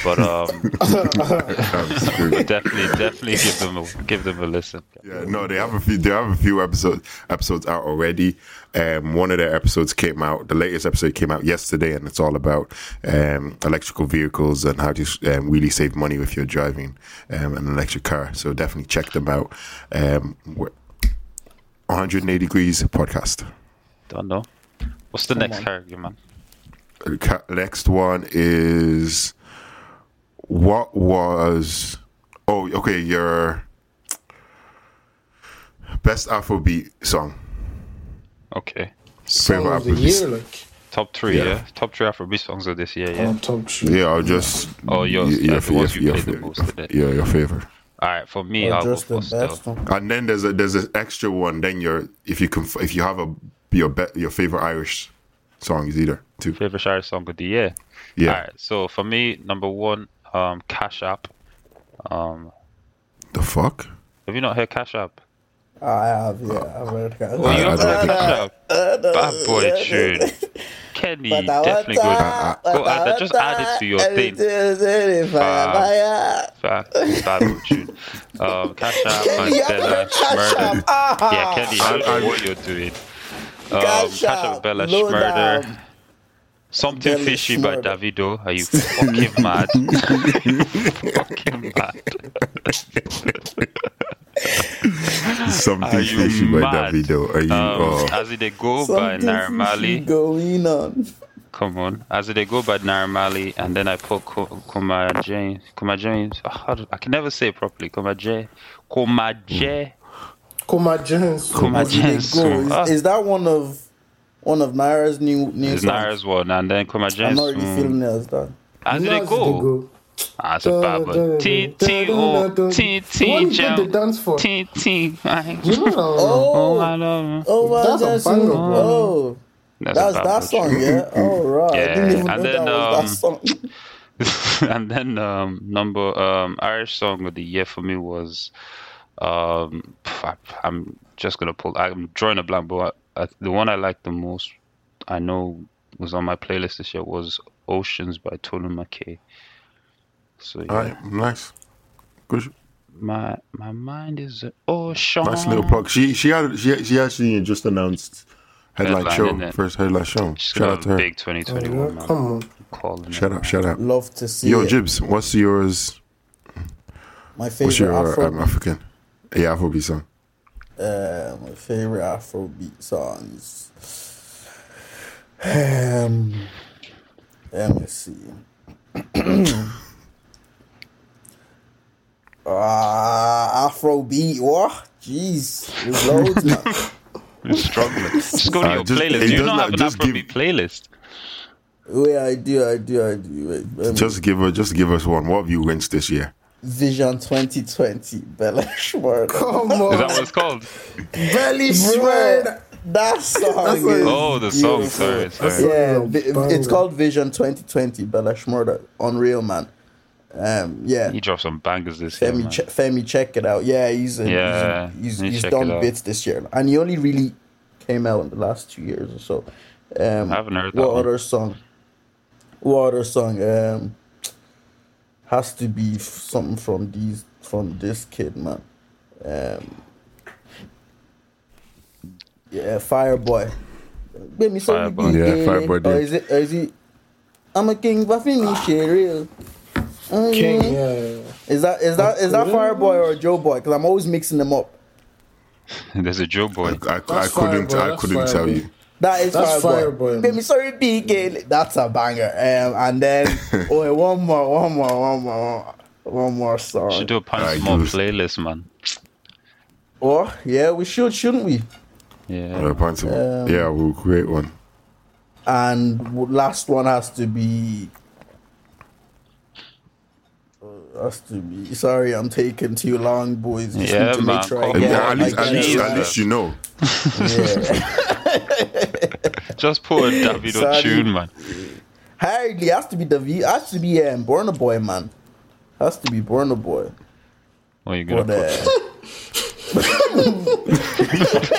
but um, Um, screw it. definitely, definitely give them a, give them a listen. Yeah, no, they have a few. They have a few episodes episodes out already. Um, one of their episodes came out. The latest episode came out yesterday, and it's all about um, electrical vehicles and how to um, really save money if you're driving um, an electric car. So definitely check them out. Um, we're- 180 degrees podcast. Don't know. What's the next character, man? Uh, ca- Next one is what was oh okay your best Afrobeat song. Okay. Song Favorite of the Afrobeat year, like Top three, Yeah. Um, yeah. Top three Afrobeat songs of this year, yeah. on top three. Yeah, or just Oh, yours, y- like the ones you played the fav- most today. yeah, your favorite. All right, for uh, me, Or I'll go just the for best Stella. one. And then there's a there's an extra one. Then your if you can if you have a your be, your favorite Irish song is either too. Favorite Irish song of the year. Yeah, All right, so for me, number one, um, Cash App. Um, the fuck. have you not heard Cash App? I have. Yeah. I've heard that. you I haven't heard don't- Cash App? [laughs] Bad boy tune. Kenny, definitely good. Go add that. Just add it to your thing. Fact, Bad boy [laughs] tune. Um, Cash App, Mandela, Murder. um, [laughs] Ah, Yeah, Kenny, I don't know what you're doing. Um, Cash App, Bella, Murder. Something Belly fishy by Smurder. Davido. Are you [laughs] fucking mad? fucking mad. Something Are you fishy by mad? Davido. Are you? Um, oh, As it they go by Naramali. going on. Come on. As they go by Naramali, and then I put Ko- Kuma James. Kuma James. Ah, how do- I can never say it properly. Kuma J. Kuma J. Kuma Jones. Kuma As you Mm. J. did go. Ah, Is, is that one of one of Naira's new new It's songs? Nara's one, Mm. and then Kuma I'm James. not really feeling it as that. As they go. Ah, it's a bad one. T T O T What T did they oh, Jam. dance for? T T. You know that one? [laughs] Oh, Oh, I love you. oh, well, That's a that's banger, bro. oh, that's a bad that one. [laughs] song, yeah. Oh, right. I didn't Yeah, even and know then, that was um, that song. [laughs] and then um, number um, Irish song of the year for me was um, I, I'm just gonna pull. I'm drawing a blank, but I, I, the one I liked the most, I know, was on my playlist this year was "Oceans" by Tolu McKay. So yeah, all right, nice. Good, my my mind is an ocean. Um, nice little plug. She she had she, she actually just announced Headline, Headline, show. innit? First headline show. She's Shout got out a to her. big 2021. man. Oh, Come on. Calling Shout it. out, shout out. Love to see Yo, it. Jibs, what's yours? My What's favorite your Afro, um, African? Yeah, Afrobeat song. uh, my favorite Afrobeat songs. Um, let me see. [clears throat] Ah, Afrobeat. What? Jeez, there's loads. man. You're struggling. Just go to Uh, your just- it playlist. Do you does not not- have an just give- Afrobeat playlist? Wait, I do, I do, I do. Wait, um, let me- Just give us, just give us one. What have you rinsed this year? Vision 2020, Belishword. Come Is that on. what it's called? Belly Bro, that song That's what- is Oh, the song. beautiful. Sorry, That's sorry. it. Yeah, Real vi- it's banger. called Vision 2020, Bella Schmurda. Unreal, man. Um, yeah, He dropped some bangers this year. Femi, Man. che- Femi, check it out. Yeah, he's a, Yeah, he's, he's, you he's check it done out. bits this year, and he only really came out in the last two years or so. Um, I haven't heard that what one. other song? What other song? Um, has to be f- something from these from this kid, man. Um, yeah, Fireboy. Wait, me so Fireboy. Yeah, Fireboy Or did. is it? Or is it? I'm a king, but finish it real. Oh, King, yeah, yeah. yeah. Is that is that is that Fireboy or Joe Boy? Because I'm always mixing them up. [laughs] There's a Joe boy. I, I, I That's fire, couldn't, bro. I That's couldn't fire, tell bro. you. That is That's Fireboy. Fireboy. Baby, sorry, BK. That's a banger. Um, and then [laughs] oh, one more, one more, one more, one more Should song. do a punch Alright, small give us- playlist, man. Oh, yeah, we should, shouldn't we? Yeah. Uh, point Um, to- yeah, we'll create one. And w- last one has to be. Uh, Has to be. Sorry, I'm taking too long, boys. Just Yeah, need to man, make sure I come get on. it. at least, I at get least, it at Jesus. least you know. right. Yeah. Just [laughs] put a Davido Sorry. tune, man. Hardly has to be the V. Has to be um, Burner Boy, man. Has to be Burner Boy. What are you gonna What? put? Uh, [laughs]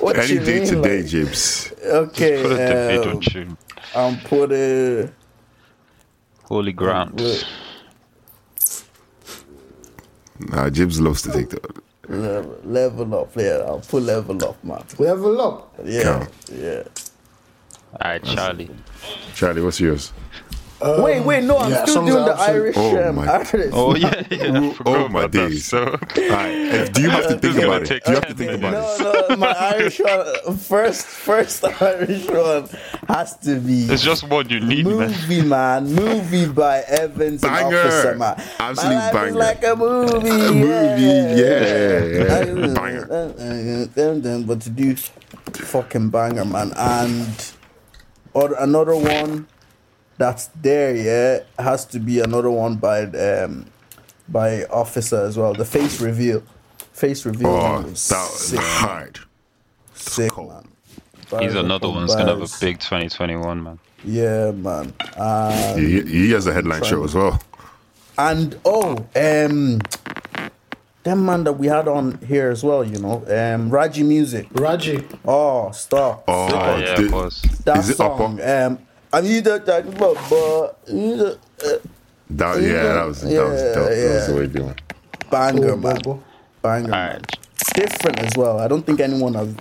what Any you day mean, today, like? Jibs. Okay. Put a um, Davido tune. I'm put a. Holy ground. Look. Nah, Jibs loves to take the. Level, level up, yeah. I'll put level up, man. Level up. Yeah, Count. yeah. Alright, Charlie. Charlie, what's yours? wait, wait, no, I'm yeah, still some doing the are Irish absolute- Oh um, my- artist. Oh yeah, yeah. I Oh, forgot my about that, days. So Alright, if- do [laughs] you have to think gonna about it? take Do you have to 10 think about it? no, no, my Irish one, [laughs] first, first [laughs] Irish one has to be. it's just one you need, man. Movie man, movie by Evans and Banger. Officer man. Absolute my life banger. is like a movie. A movie, yeah, yeah. Banger. banger. But to do fucking banger man, and or another one that's there, yeah, has to be another one by um by Officer as well. The face reveal, face reveal. Oh, man, was that sick, hard. sick cold. man. He's Bars another upon one that's gonna have bars. a big 2021, man. Yeah, man. Uh, He, he has a headline show as well. and oh, um, that man that we had on here as well, you know, um, Raji Music. Raji. Oh, stop. Oh, Oh, yeah, the- of course. that is it song. Upper? Um, I need that type of but you know, uh, That, yeah, that was that was Yeah, dope. That was yeah. the way doing. banger, Bo- man. bo- bo. Banger. man. Alright. Different as well. I don't think anyone has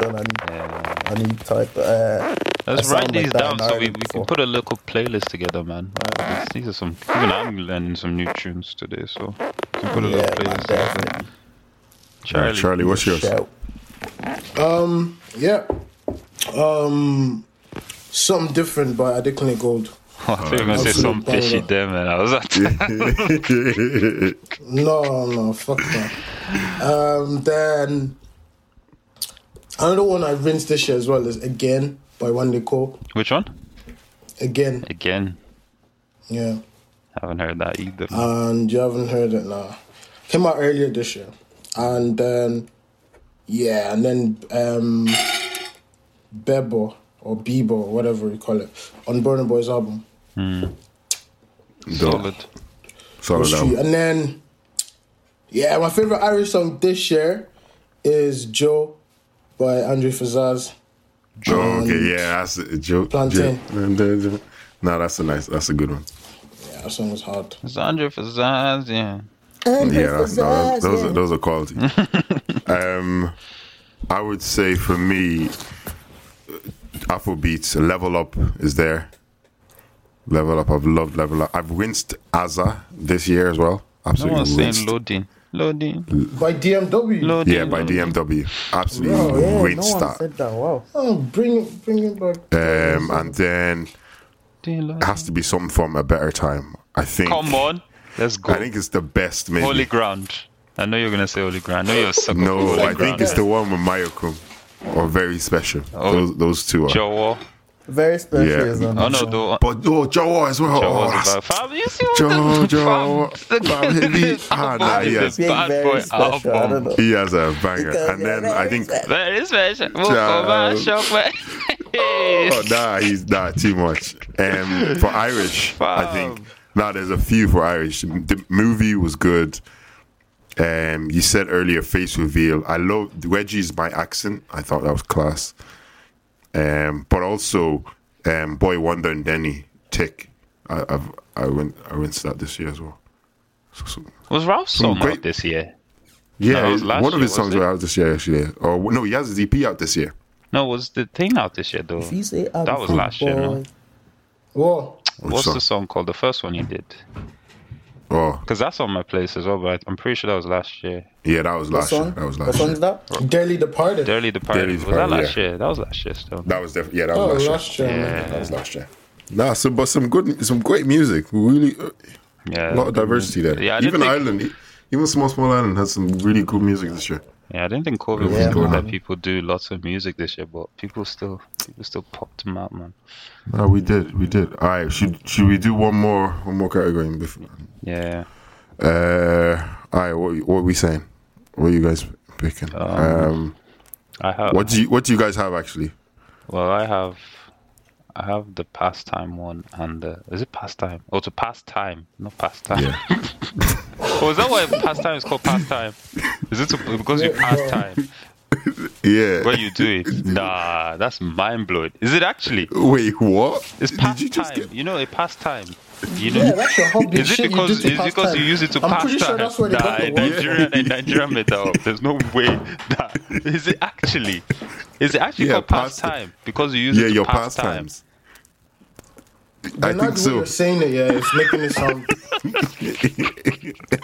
done any, Yeah. any type of. Uh, Let's a song write like these that down in so we, we Ireland can before. put a little playlist together, man. Right, These are some. Even I'm learning some new tunes today, so we can put a little Yeah, man, playlist together. definitely. Charlie, Charlie, what's yours? [laughs] Shout. Um, yeah. Um, something different by Addicting Gold. [laughs] I thought you were gonna say Absolute some fishy banger. there, man. I was like, No, no, fuck that. Um, then another one I rinsed this year as well is again by one they call [laughs] which one? again. Again, Yeah, haven't heard that either. man. and you haven't heard it now. Came out earlier this year, and then yeah, and then um, Bebo or Bebo, whatever you call it, on Burner Boy's album. Dope. Solid. Solid Street. album. And then, yeah, my favorite Irish song this year is Joe by Andre Fazaz. Oh, okay, yeah, that's a joke. Plantain. joke. Nah, that's a nice. That's a good one. Yeah, that song was hard. It's Andre Fazaz, yeah. Yeah, that's, no, [laughs] that- those are those are quality. um, I would say for me, Afrobeats, Level Up is there. Level Up, I've loved Level Up. I've rinsed Azza this year as well. No Absolutely one's rinsed. saying loading. Loading. By DMW. Loading. Mm, yeah, by loading. DMW. Absolutely Yeah, no rinsed one that. said that. Wow. Oh, bring it, bring it back. Uh, Um, and then it has to be something from a better time. I think. Come on. Let's go. I think it's the best. Maybe. Holy ground. I know you're gonna say holy ground. I know you're a sucker. for no, holy I think ground. it's the one with Mayoko, or very special. Oh. Those, those two are. Jowo. Very special. Yeah. is on Oh this no, one. though. But oh, Joe as well. Oh, Jowo's that's- about five. You see what Joe, the- Joe, fam, the- fam, heavy. the Ah, boy nah, is a yes. Being Bad very boy special. I don't album. know. He has a banger, Because and you're then very I think. special. That is version. We'll Child. go back, shop back. Hey. [laughs] Oh, nah, he's nah too much. Um, for Irish, I think. Nah, there's a few for Irish. The movie was good. Um, you said earlier face reveal. I love Reggie's my accent. I thought that was class. Um, but also, um, Boy Wonder and Denny Tick. I, I've I went I rinsed that this year as well. So, so- Was Ralph's song Hmm, great- out this year? No, it yeah, was last one of year, his songs wasn't were out this year actually. Or no, he has his EP out this year. No, was the thing out this year though? If you say I'm That was a last year, no? boy, Whoa. What's song? the song called? The first one you did? Oh, Because that's on my place as well, but I'm pretty sure that was last year. yeah, that was What last year. song? That was What last song year. is that? Daily Departed. The early departed. Early Was that Departed, last yeah. year? That was last year still. That was definitely yeah. That oh, was last year. last year. man. Yeah. That was last year. Nah, so but some good, some great music. Really, uh, Yeah. a lot of diversity there. Yeah, I didn't even think- Ireland, e-, even small small Ireland has some really good music this year. Yeah, I didn't think COVID was Yeah, cool man. that people do lots of music this year, but people still people still popped them out, man. No, we did, we did. All right, should should we do one more one more category? Before? Yeah. Uh, all right, what what are we saying? What are you guys picking? Um, I have what do you what do you guys have actually? well I have I have the pastime one and the is it pastime? Oh it's a pastime, not pastime. [laughs] oh, is that why pastime is called pastime? Is it to, because you pass time Yeah. when you [laughs] do it? Nah, that's mind blowing. Is it actually? Wait, what? It's Did you pastime. just You, get? know, a pastime. You know, Yeah, that's your hobby. Is it Shit because you do to is it pass because time. you use it to I'm pass pretty time? sure that's where they nah, got the in word. Nigeria, in Nigeria made that up. There's no way that is it actually. Is it actually Yeah, called pass past time. time because you use Yeah, it to your pass time? pastimes. I But now think the way so. You're saying it, yeah. It's making it sound. [laughs]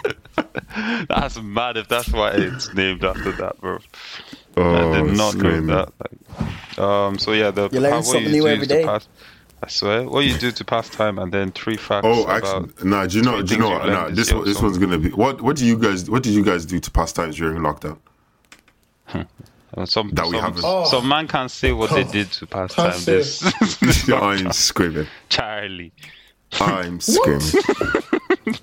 That's mad if that's why [laughs] it's named after that, bro. Oh, I did not screaming. know that. Like, um. So yeah, the You're learning how- what something you new do every is to day. Pass, I swear, what you do to pass time, and then three facts. Oh, about, actually, nah. Do you know? three Do you things know? What, you've nah, learned this this one, year, this so- one's gonna be. What What do you guys? What did you guys do to pass times during lockdown? [laughs] uh, some that we some, haven't- Oh. some man can't say what they did to pass Can't time. say. This [laughs] [laughs] I'm screaming. Charlie. I'm screaming.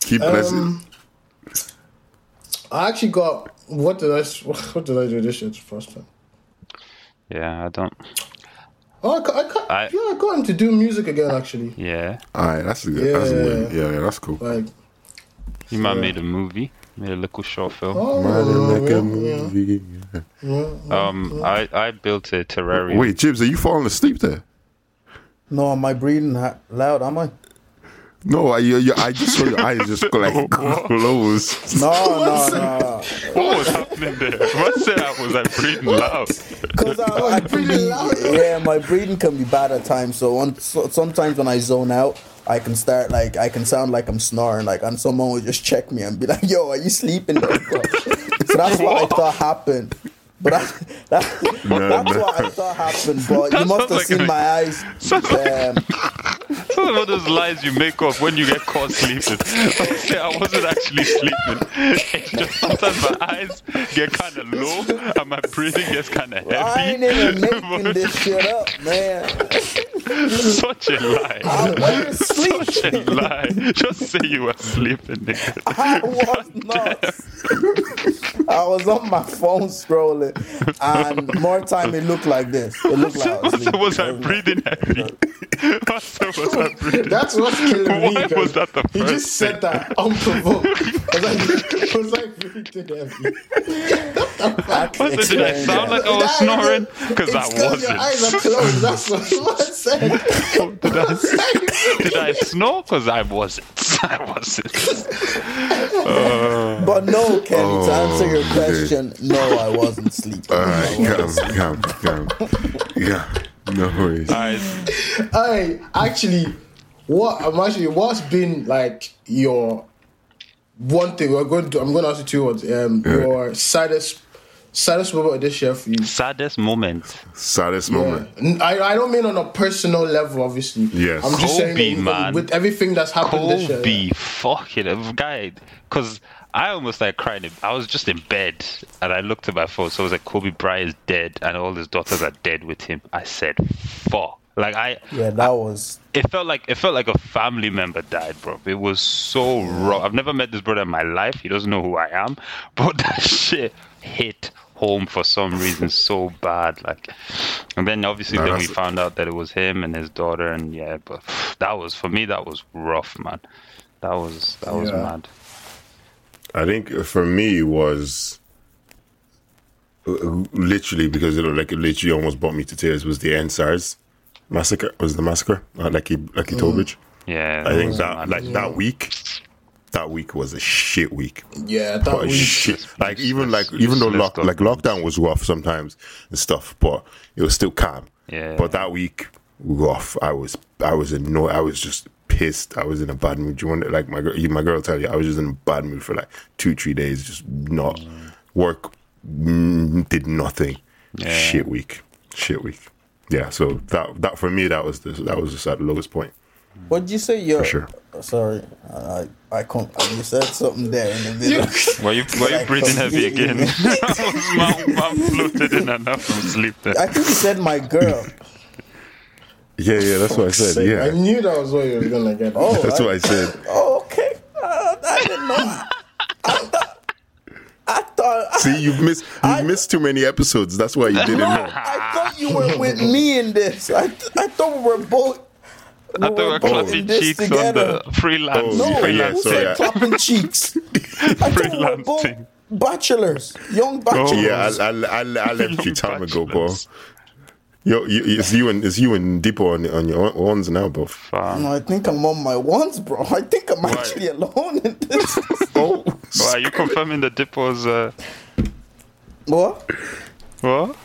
Keep blessing. I actually got. What did I? s- [laughs] What did I do this year? The first time. Yeah, I don't. Oh, I, ca- I, ca- I- yeah, I got him to do music again. Actually, Yeah, All right, that's a good. Yeah. That's a good. Yeah. Yeah, yeah, that's cool. like you man Yeah. made a movie, made a little short film. oh, Like yeah, a yeah. movie. um, I I built a terrarium. [laughs] Wait, Jibs, are you falling asleep there? No, am I breathing ha- loud? Am I? No, I, you, you, I just saw your eyes just go [laughs] Oh, [laughs] like close. [laughs] No, no, no. What was happening there? What said I was like breathing loud? Because I, I can be, yeah, my breathing can be bad at times. So, on, so sometimes when I zone out, I can start like I can sound like I'm snoring. Like, and someone will just check me and be like, "Yo, are you sleeping?" [laughs] so that's what I thought happened. But I, that, that's no. what I thought happened. But you That must have sounds like seen a- my eyes. [laughs] Um, Some of [laughs] those lies you make up when you get caught sleeping. I said I wasn't actually sleeping. [laughs] It's just sometimes my eyes get kind of low and my breathing gets kind of heavy. I ain't [laughs] even making this shit up, man. [laughs] Such a lie. I was asleep. Such a lie. Just say you were sleeping, nigga. [laughs] I was not. I was on my phone scrolling, [laughs] and more time it looked like this. It looked like I was What's sleeping. was I breathing heavy? [laughs] What's was I That's what's killing [laughs] me. Why guys. was that the he first just said that unprovoked. I was like, [laughs] I was like, really did every- Was it, did I sound like I was Nah, snoring? Because I it's 'cause Your eyes are wasn't. Oh, closed. That's what I said. [laughs] Did [laughs] I, [laughs] Like, did I snore? Because I wasn't. [laughs] I [laughs] wasn't. But no, Ken, to answer your Oh, okay. Uh, question, no, I wasn't sleeping. All right, calm, calm, calm. Yeah, no worries. All right. I actually, what I'm actually, what's been like your one thing? We're going to. I'm going to ask you two words. Um, your saddest, saddest moment of this year for you. Saddest moment. Saddest moment. N- I, I don't mean on a personal level, obviously. Yes. I'm just Kobe, saying with- man. with everything that's happened this year. Kobe, fucking uh, guy, because I almost like cried. in- I was just in bed and I looked at my phone. So I was like, Kobe Bryant is dead, and all his daughters are dead with him. I said, fuck. Like I, Yeah, that was it felt like it felt like a family member died, bro. It was so raw. I've never met this brother in my life. He doesn't know who I am, [laughs] but that shit hit home for some [laughs] reason so bad. Like, and then obviously Nah, then we that's- found out that it was him and his daughter, and yeah. But that was for me. That was rough, man. That was that was Yeah. mad. I think for me it was uh, literally because it like it literally almost brought me to tears was the NSARS massacre was the massacre uh, Lucky Lucky Tobridge. Yeah, I think was that mad. like that week, that week was a shit week. Yeah, that But was shit, like even like let's- even though let's lock, go. like lockdown was rough sometimes and stuff, but it was still calm. Yeah. But that week, rough. I was I was annoyed. I was just pissed. I was in a bad mood. Do you want to, like my girl? you- My girl tell you I was just in a bad mood for like two three days. Just not work. mm, Did nothing. Shit week. Shit week. Yeah. So that that for me that was the that was just at the lowest point. What would you say? Your sure. sorry, I I can't. You said something there in the middle. were you were you like, breathing heavy again? [laughs] completely- my mom floated in and out from sleep. There. I think you said my [laughs] girl. Yeah. Yeah. That's what I said. [laughs] I Yeah. knew that was what you were gonna get. Oh, That's I- what I said. Oh, okay. Uh, I didn't know. I thought. I thought. See, you've missed you've missed too many episodes. That's why you didn't know. I thought you were with me in this. I th- I thought we were both. I thought we were clapping cheeks on the freelance Oh, No, yeah, we freelance so said yeah. clapping cheeks. I thought we were Freelance both thing. bachelors, young bachelors. Oh, Yeah, I, I, I, I [laughs] left you time ago, bro. Yo, you, it's you and it's you and Depot on, on your ones now, [laughs] bro. Fam. No, I think I'm on my ones, bro. I think I'm Why? actually alone in this. Oh, Why are you confirming the Dippo's? Uh, what? what?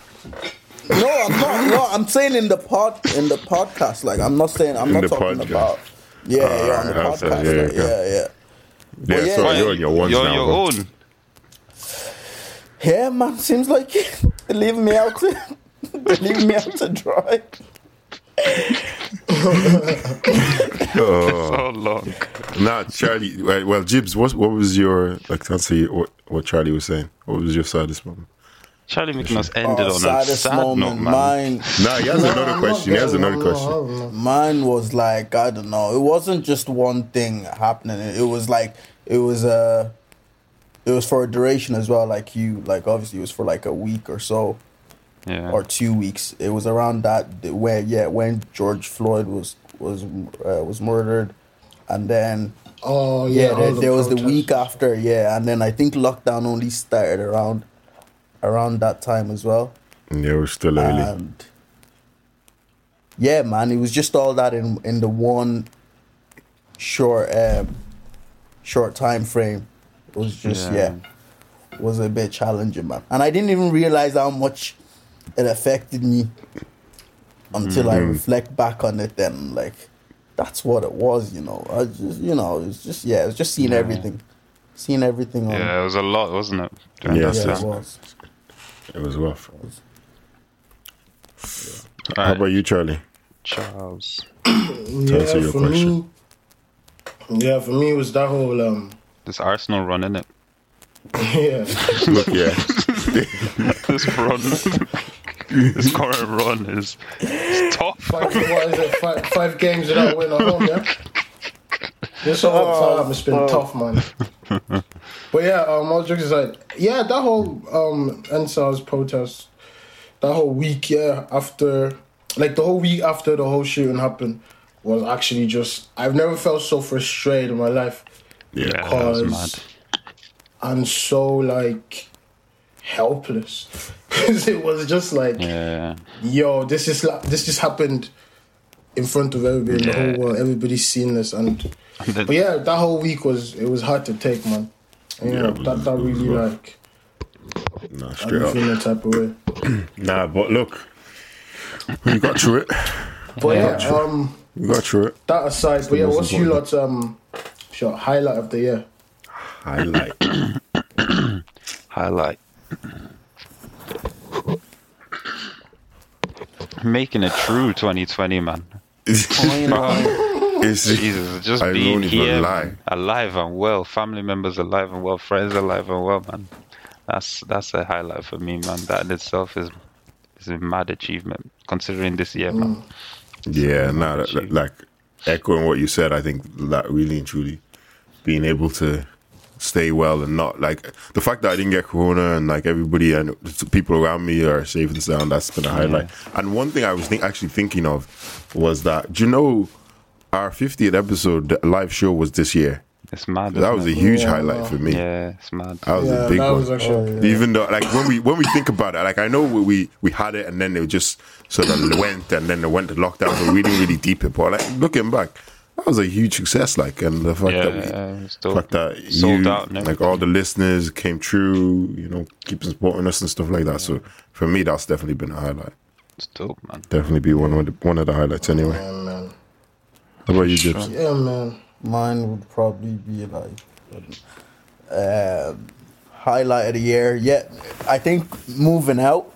No, I'm not. No, I'm saying in the pod in the podcast. Like I'm not saying I'm In not the talking podcast. about. Yeah, yeah, on the Ah, okay, podcast. yeah, like, yeah. yeah, yeah. yeah, yeah, sorry, yeah. you're on your ones You're now. on your bro. own. Yeah, man. Seems like [laughs] they leave me out to [laughs] they leave me out to dry. Oh, So long. nah, Charlie. Right, well, Jibs, what what was your like? to Answer you, what what Charlie was saying. What was your saddest moment? Charlie McNuss ended Oh, on a saddest sad note, moment. man. Mine, Nah, he has another I'm not question. He has getting- another I'm not- question. I'm not- mine was like I don't know. It wasn't just one thing happening. It was like it was uh it was for a duration as well. Like you, like obviously it was for like a week or so. Yeah. or two weeks. It was around that th- where yeah when George Floyd was was uh, was murdered, and then Oh yeah, yeah, there, all the there was the protests. week after yeah, and then I think lockdown only started around around that time as well, Yeah, we're still early. and yeah, man, it was just all that in in the one short um short time frame. It was just Yeah. yeah was a bit challenging, man. And I didn't even realize how much it affected me until I reflect back on it. Then, like, that's what it was, you know. I just, you know, it's just yeah, it's just seeing everything, seeing everything on. yeah, it was a lot, wasn't it? during Yeah, that Yeah, so- it time? was. It was rough. How Alright, about you, Charlie? Charles. yeah, answer your for question. Me, yeah, for me it was that whole um [laughs] This Arsenal run, innit? [laughs] yeah. Look, yeah, [laughs] This run. [laughs] this current run is it's tough. Five, what is it? Five, five games without winning at home, yeah. This whole time has been tough, man. but yeah, um, all jokes aside, yeah, that whole um NSARS protest, that whole week, yeah, after, like the whole week after the whole shooting happened, was actually just I've never felt so frustrated in my life Yeah, Yeah, that was Because- mad. and so like helpless [laughs] 'Cause it was just like Yeah. yo this is la- this just happened in front of everybody in Yeah. the whole world everybody's seen this and but yeah that whole week was it was hard to take man And, you Yeah, know, it was- that that it was really rough. like Nah, I straight didn't up. feel that type of way Nah, but look, we got through it. but yeah, um We got through it. that aside but yeah most what's you lot um sure highlight of the year [coughs] Highlight. Highlight. Making it true 2020, man. it's [laughs] Jesus, just I being won't even here, lie. man. alive and well, family members alive and well, friends alive and well, man. That's that's a highlight for me, man. That in itself is is a mad achievement considering this year, Mm. man. Yeah, no, that, that- like echoing what you said, I think that really and truly being able to stay well and not like the fact that I didn't get corona and like everybody and people around me are safe and sound. That's been a highlight. And one thing I was think, actually thinking of was that do you know our 50th episode the live show was this year. It's mad. That isn't was a it? huge Uh, highlight for me. yeah, it's mad. That was Oh, yeah a big that one was actually even though like when we when we think about it like i know we we, we had it and then it just sort of went and then it went to lockdown so we didn't really deep it but like looking back that was a huge success like and the fact yeah, that yeah, it's we dope. fact that Sold you out and like all the listeners came true you know keep supporting us and stuff like that so for me that's definitely been a highlight It's dope, man. definitely be one of the, one of the highlights anyway yeah man how about you [laughs] Jibs? yeah man Mine would probably be like um, highlight of the year. Yeah, I think moving out,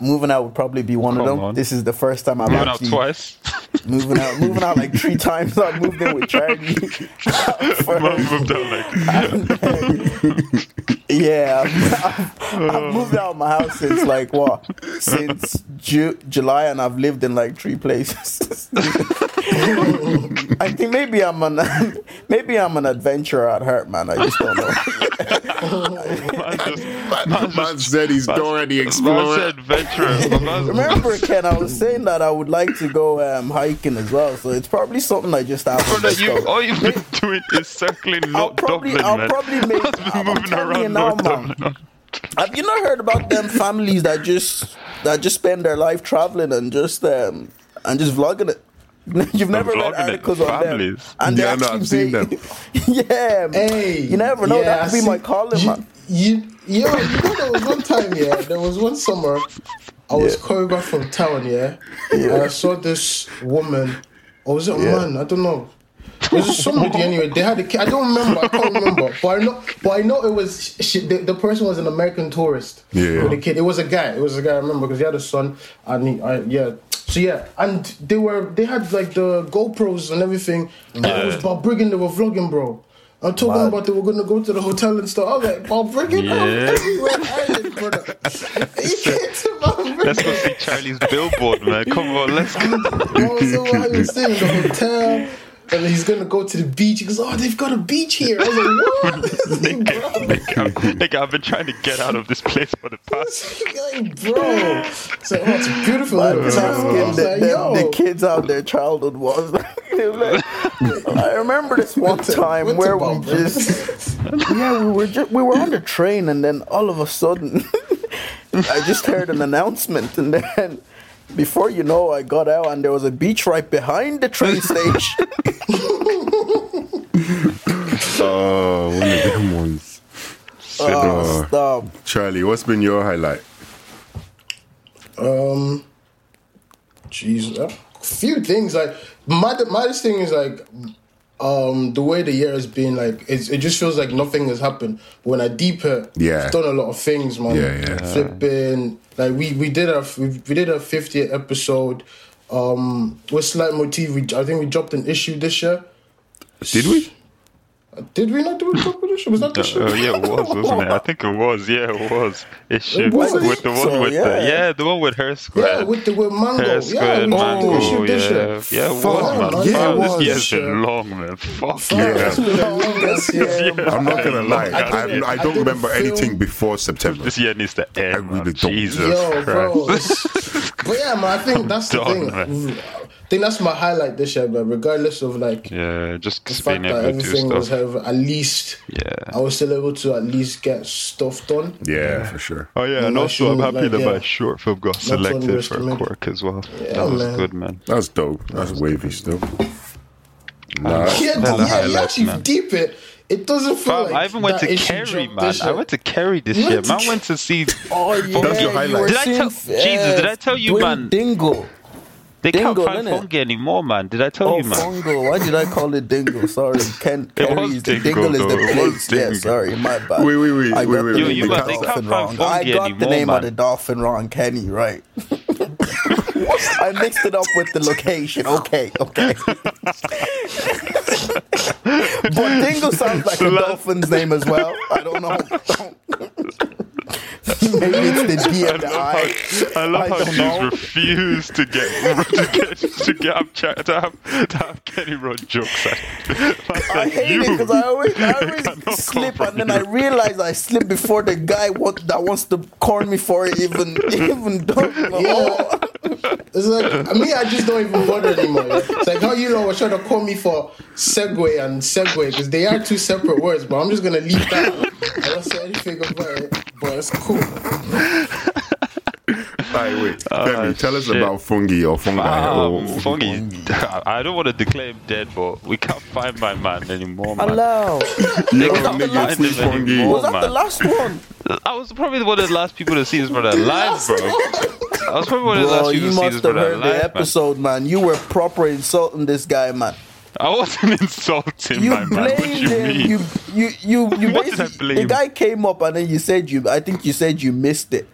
moving out would probably be one of Come them. on. This is the first time I've Moving out actually [laughs] twice. moving out, moving out like three [laughs] times. I moved in [laughs] with Charlie. First, Moved out like and then- [laughs] yeah, I've, I've, I've moved out of my house since like what? Since Ju- July, and I've lived in like three places. [laughs] I think maybe I'm an [laughs] maybe I'm an adventurer at heart, man. I just don't know. man, just, man, said he's already man exploring said [laughs] venture. but man's- Remember, Ken, I was saying that I would like to go um, hiking as well, so it's probably something I just have. Bro, on that you, discover. all you've been [laughs] doing is circling I'll North probably, Dublin, I'll man. [laughs] probably make. Man's been I'm moving telling you around now, North man. Dublin. Have you not heard about them families that just that just spend their life traveling and just um and just vlogging it? [laughs] You've never read vlogging it. articles on them, Families. and they Yeah, no, actually I've seen pay- [laughs] yeah, man. Hey, you never know. yeah, that could I be my see- calling, you, man. You, yo, you know, there was one time, yeah, there was one summer, I was coming back from town, yeah, and I saw this woman, or was it a man? I don't know. It was just somebody anyway. They had a kid. I don't remember. I can't remember. But I know. But I know it was. She, the, the person was an American tourist. Yeah. With a kid. It was a guy. It was a guy. I remember because he had a son. And he, I, yeah. So yeah. And they were. They had like the GoPros and everything. And it was Bob Brigham. They were vlogging, bro. I'm talking Mad. about they were gonna go to the hotel and stuff. I was like, Bob Brigham. I'm Yeah. [laughs] everywhere. I ain't, brother. You can't say Bob Let's go Brigham. see Charlie's billboard, man. Come on, [laughs] let's go. Oh, so I was staying in the hotel. And he's gonna go to the beach. He goes, "Oh, they've got a beach here." I was like, "What?" [laughs] Bro. [laughs] Nigga, I've been trying to get out of this place for the past. like, bro. So oh, it's a beautiful. By little the town. time I was the, like, the- yo. the kids out their childhood was. [laughs] they were [laughs] like- I remember this one What's a- time what's a where we bump? just [laughs] [laughs] yeah we were just we were on the train and then all of a sudden [laughs] I just heard an announcement and then before you know I got out and there was a beach right behind [laughs] the train station. oh one of them ones oh, Oh. stop. charlie what's been your highlight Um, jeez, uh, few things. Like my the maddest thing is like, um, the way the year has been like, it's, it just feels like nothing has happened. When I deep it, Yeah. I've done a lot of things, man. Yeah, yeah. Flipping, like we we did a we, we did a fiftieth episode. Um, with slight motif, we I think we dropped an issue this year. did we Did we not do a drop an issue? Was that this year? Oh, yeah, it was, wasn't it? I think it was. Yeah, it was. It should was. with the one So, with yeah. the yeah, the one with her [laughs] square. Yeah, with the with mango. Hair yeah, squared, we dropped an mango, issue this year. yeah. Yeah, it was, Fuck, man. yeah, it Fuck, was. This year's Yeah. been long, man. Fuck Yeah. yeah. [laughs] That's what I love this year, man. I'm not gonna lie. I I, didn't- I, I don't didn't remember feel- anything before September. This year needs to end. really man. don't. Jesus Yo, Christ. [laughs] bro. it's- but yeah, man, I think that's the Done, thing. man. think that's my highlight this year, but regardless of like Yeah, just the fact being that able to do everything was stuff. have at least Yeah. I was still able to at least get stuff done. Yeah, for sure. Oh yeah, and my also I'm shoes, happy like, that my yeah. short film got on selected risk for limit. Quirk as well. Yeah, that was man. good, man. That's dope. That's wavy still. Nah, Yeah, Hella yeah, you highlights, actually man. deep it. It doesn't Fam, feel like I even went that to issue Kerry, dropped man. this I year. went to Kerry this You year. went to Man Ke- went to see. Oh yeah, your you highlight. were Did I tell- seeing, Jesus, did I tell you, Dwayne man? Dingle. They can't Dingo, find innit? Fungi anymore, man. Did I tell Oh, you, man? Fungo. Why did I call it [laughs] Dingle? Sorry, Ken. Kerry was is the Dingle, Dingle is though. the It was place. Yeah, Dingle. sorry, my bad. Wait, wait, wait, I got wait, the wait, name wait. You of got- the they can't dolphin find wrong. I Fungi got the anymore, name man. of the dolphin wrong, Kenny. Right. [laughs] I mixed it up with the location. Okay, okay. [laughs] but Dingle sounds like a dolphin's name as well. I [laughs] don't know. [laughs] Maybe it's the D and the I. I love I how don't she's know. refused to get [laughs] to get to get up cha- to have, to have Kenny Rod jokes. [laughs] At. I hate it because I always, [laughs] I cannot always slip, come and then I realize I slip before the guy what, that wants to corn me for it [laughs] even even done. Yeah. It's like me, I just don't even bother anymore. yeah. It's like how you know were trying to call me for Segway and Segway because they are two separate words, but I'm just gonna leave that. I don't say anything about it, but it's cool. Alright, wait. Femi, tell us shit. about fungi or fungi. Oh. Um, or Fungi, [laughs] I don't want to declare him dead, but we can't find my man anymore, man. Hello. They Yo, can't nigga, find please, him Fungi. anymore, Was that the man. last one? I was probably one of the last people to see his brother live, [laughs] bro. I was probably one of [laughs] the Bro, last people to you see his must have brother heard the live, man. episode, man. You were proper insulting this guy, man. I wasn't [laughs] insulting You my man. What blamed you him. mean? You you you you What did I basically- blame? the guy came up and then you said you. I think you said you missed it.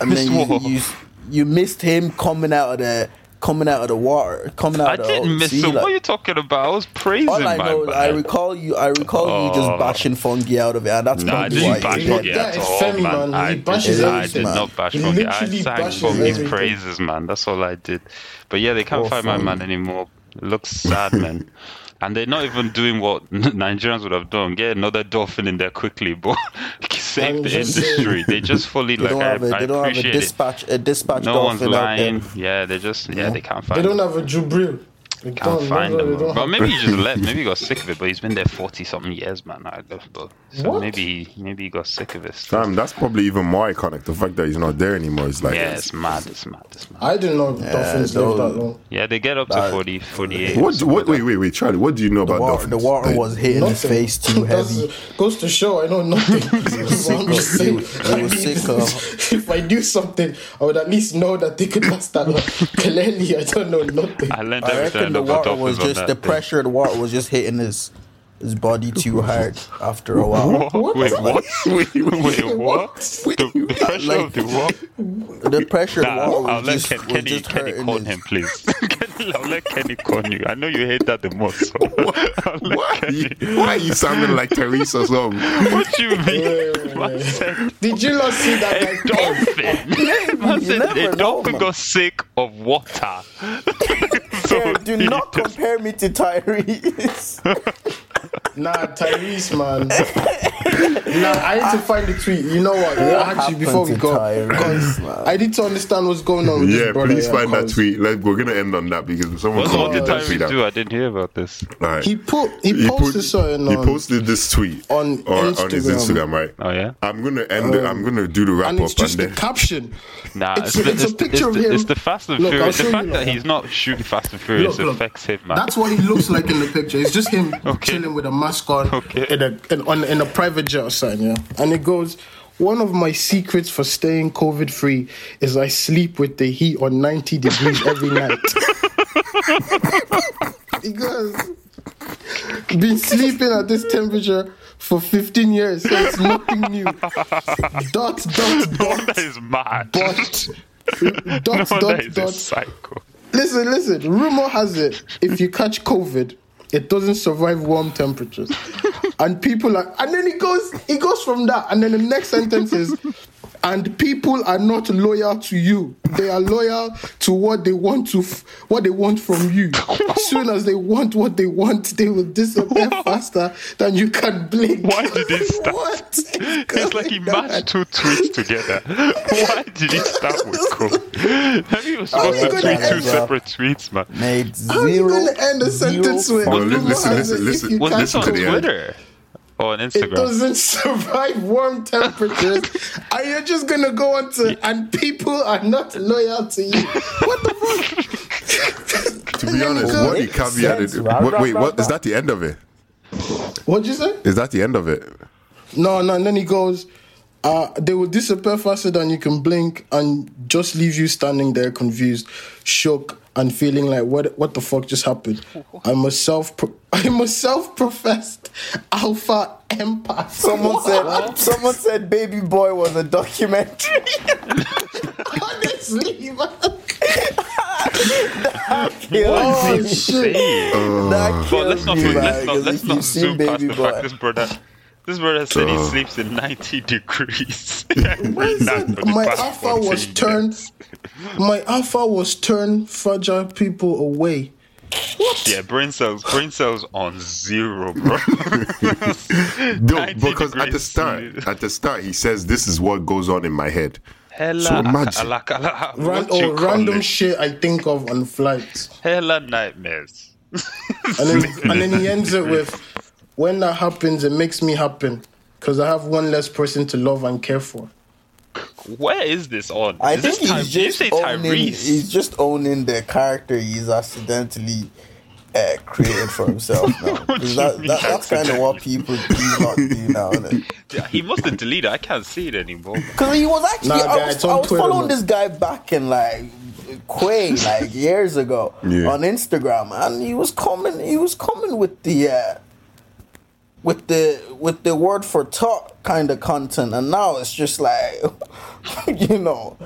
And Missed then you, what? you you missed him coming out of the coming out of the water, coming out I of didn't the miss sea, him. like- What are you talking about? I was praising All I my know, man. I recall you. I recall you Oh. just bashing fungi out of it, and that's Nah, I probably why didn't you bash did. Foggy did. at That is all, man. Femi, man. I He did, bashes I everything, did man. not bash He Foggy. I literally sang bashes Foggy's everything. praises, man. That's all I did. But yeah, they can't Poor find my Foggy. man anymore. It looks sad, [laughs] man. And they're not even doing what [laughs] Nigerians would have done. Get another dolphin in there quickly, but [laughs] save I'm the just saying. industry. They just fully They like don't I, have a, I they don't have a appreciate it. dispatch a dispatch No one's dolphin out there. lying. Yeah, they just yeah they can't They find. him. don't have a Jubril. They Can't don't, find they him. don't But have- maybe he just left. Maybe he got sick of it. But he's been there forty something years, man. I don't know. So What? maybe he maybe he got sick of it. still. Damn, that's probably even more iconic. The fact that he's not there anymore is like. Yeah, it's mad. It's mad. It's mad. I didn't know dolphins live don't- that long. Yeah, they get up to Nah. 40, 48. or What? do- something What? like Wait, wait, wait, Charlie. What do you know about Wa- dolphins? the water Like, was hitting his Nothing. face too [laughs] That's- heavy. Goes to show I [laughs] know nothing. [laughs] I'm just He saying, was- he I [laughs] was need- sick of- If I do something, I would at least know that they could last [laughs] that long. Clearly, I don't know nothing. that. I learned I everything reckon the about water dolphins was on just that the day. pressure. of The water was just hitting his his body [laughs] too hard after a while. [laughs] What? Wait, [laughs] what? wait, wait, what? The, the pressure Like- of the what? The pressure Nah, of the water I'll was let just, Ken, was Kenny, just Kenny hurting con his. him, please. [laughs] Kenny, I'll let Kenny con you. I know you hate that the most. So [laughs] I'll let [laughs] Why are, [laughs] you, Kenny. why are you sounding like Teresa? So What you [laughs] wait, mean? Man wait. said Did you not [laughs] see that a guy? dolphin. Man [laughs] You said never a know, dolphin man. got sick of water. [laughs] Hey, do he not just- compare me to Tyrese. Nah, Tyrese, man. [laughs] nah, I need to find the tweet. You know what? Actually, happened before we to go, Tyrese, 'cause man? I need to understand what's going on with yeah, this brother. please yeah, find that 'cause tweet. Let, we're gonna end on that because someone What's can't what get did that tweet Tyrese out. do? I didn't hear about this. All right. He put he, put- posted something he on. posted this tweet on on his Instagram. Instagram, right? Oh, yeah? I'm gonna end. it. I'm gonna do the wrap and it's up and just the then. caption. Nah, it's, a, it's a picture it's, of the, him. it's the Fast and Look, I'll Furious. The show you fact now. that he's not shooting Fast and Furious Look, look. affects him, man. That's what he looks like in the picture. It's just [laughs] him chilling with a mask on Okay. in a in, on, in a private jet or something, yeah. And it goes, one of my secrets for staying COVID free is I sleep with the heat on ninety degrees [laughs] every night. because been sleeping at this temperature for fifteen years, so it's nothing [laughs] new. dot dot [laughs] dot that is mad. dot. Dot [laughs] no, that dot is a dot [laughs] psycho. Listen, listen. Rumor has it if you catch COVID, it doesn't survive warm temperatures, and people are. And then he goes, he goes from that, and then the next sentence is, and people are not loyal to you. They are loyal to what they want to, f- what they want from you. As soon as they want what they want, they will disappear faster than you can blink. Why did he start? What is It's like he going on? mashed two tweets together. [laughs] Why did he start [laughs] with [laughs] Kobe? I mean, he was supposed to you gonna tweet two end up- separate tweets, man. Made How are you zero. going to end a sentence zero with? Well, li- listen, If you listen, listen. can't Was this on to the end. Twitter or on [laughs] it Instagram? doesn't [laughs] survive warm [laughs] temperatures. and you're just gonna go on to and people are not loyal to you. What the fuck? [laughs] To be honest, Go. what he Makes sense. caveated. Round, What, round, wait, what round, is that? The end of it? What'd you say? Is that the end [laughs] of it? No, no, and then he goes, uh, they will disappear faster than you can blink and just leave you standing there confused, shook, and feeling like what what the fuck just happened. I'm a self pro- [laughs] I'm a self professed alpha empath. Someone said. What? [laughs] Someone said Baby Boy was [laughs] a documentary. honestly man. Kills Oh me. shit. That But let's kills not, me, let's man. not, 'cause let's if not you've seen zoom past Baby the fact Boy, this brother, this brother said he Duh. sleeps in 90 degrees [laughs] every Listen, night for the my past alpha was 14 turned. years. My alpha was turned fragile people away. Yeah, brain cells, brain cells on zero, bro. No, 90 because at the degrees start, C. at the start, he says this is what goes on in my head. Hella, So imagine. alaka- alaka- Ran- what you or call random it? shit I think of on flights, Hella nightmares. [laughs] and then and then he ends it with, "When that happens, it makes me happen because I have one less person to love and care for." Where is this on? I is think this Ty- he's just did you say owning. Tyrese? He's just owning the character he's accidentally uh, created for himself [laughs] now. 'Cause that, mean that, that's kind of what people do not do now. Isn't it? He must have deleted. it. I can't see it anymore. Because he was actually, Nah, guy, I was, it's on I was Twitter, following man. this guy back in like Quay, like years ago Yeah. on Instagram, and he was coming, he was coming with the, uh, with the with the word for talk kind of content, and now it's just like, [laughs] you know,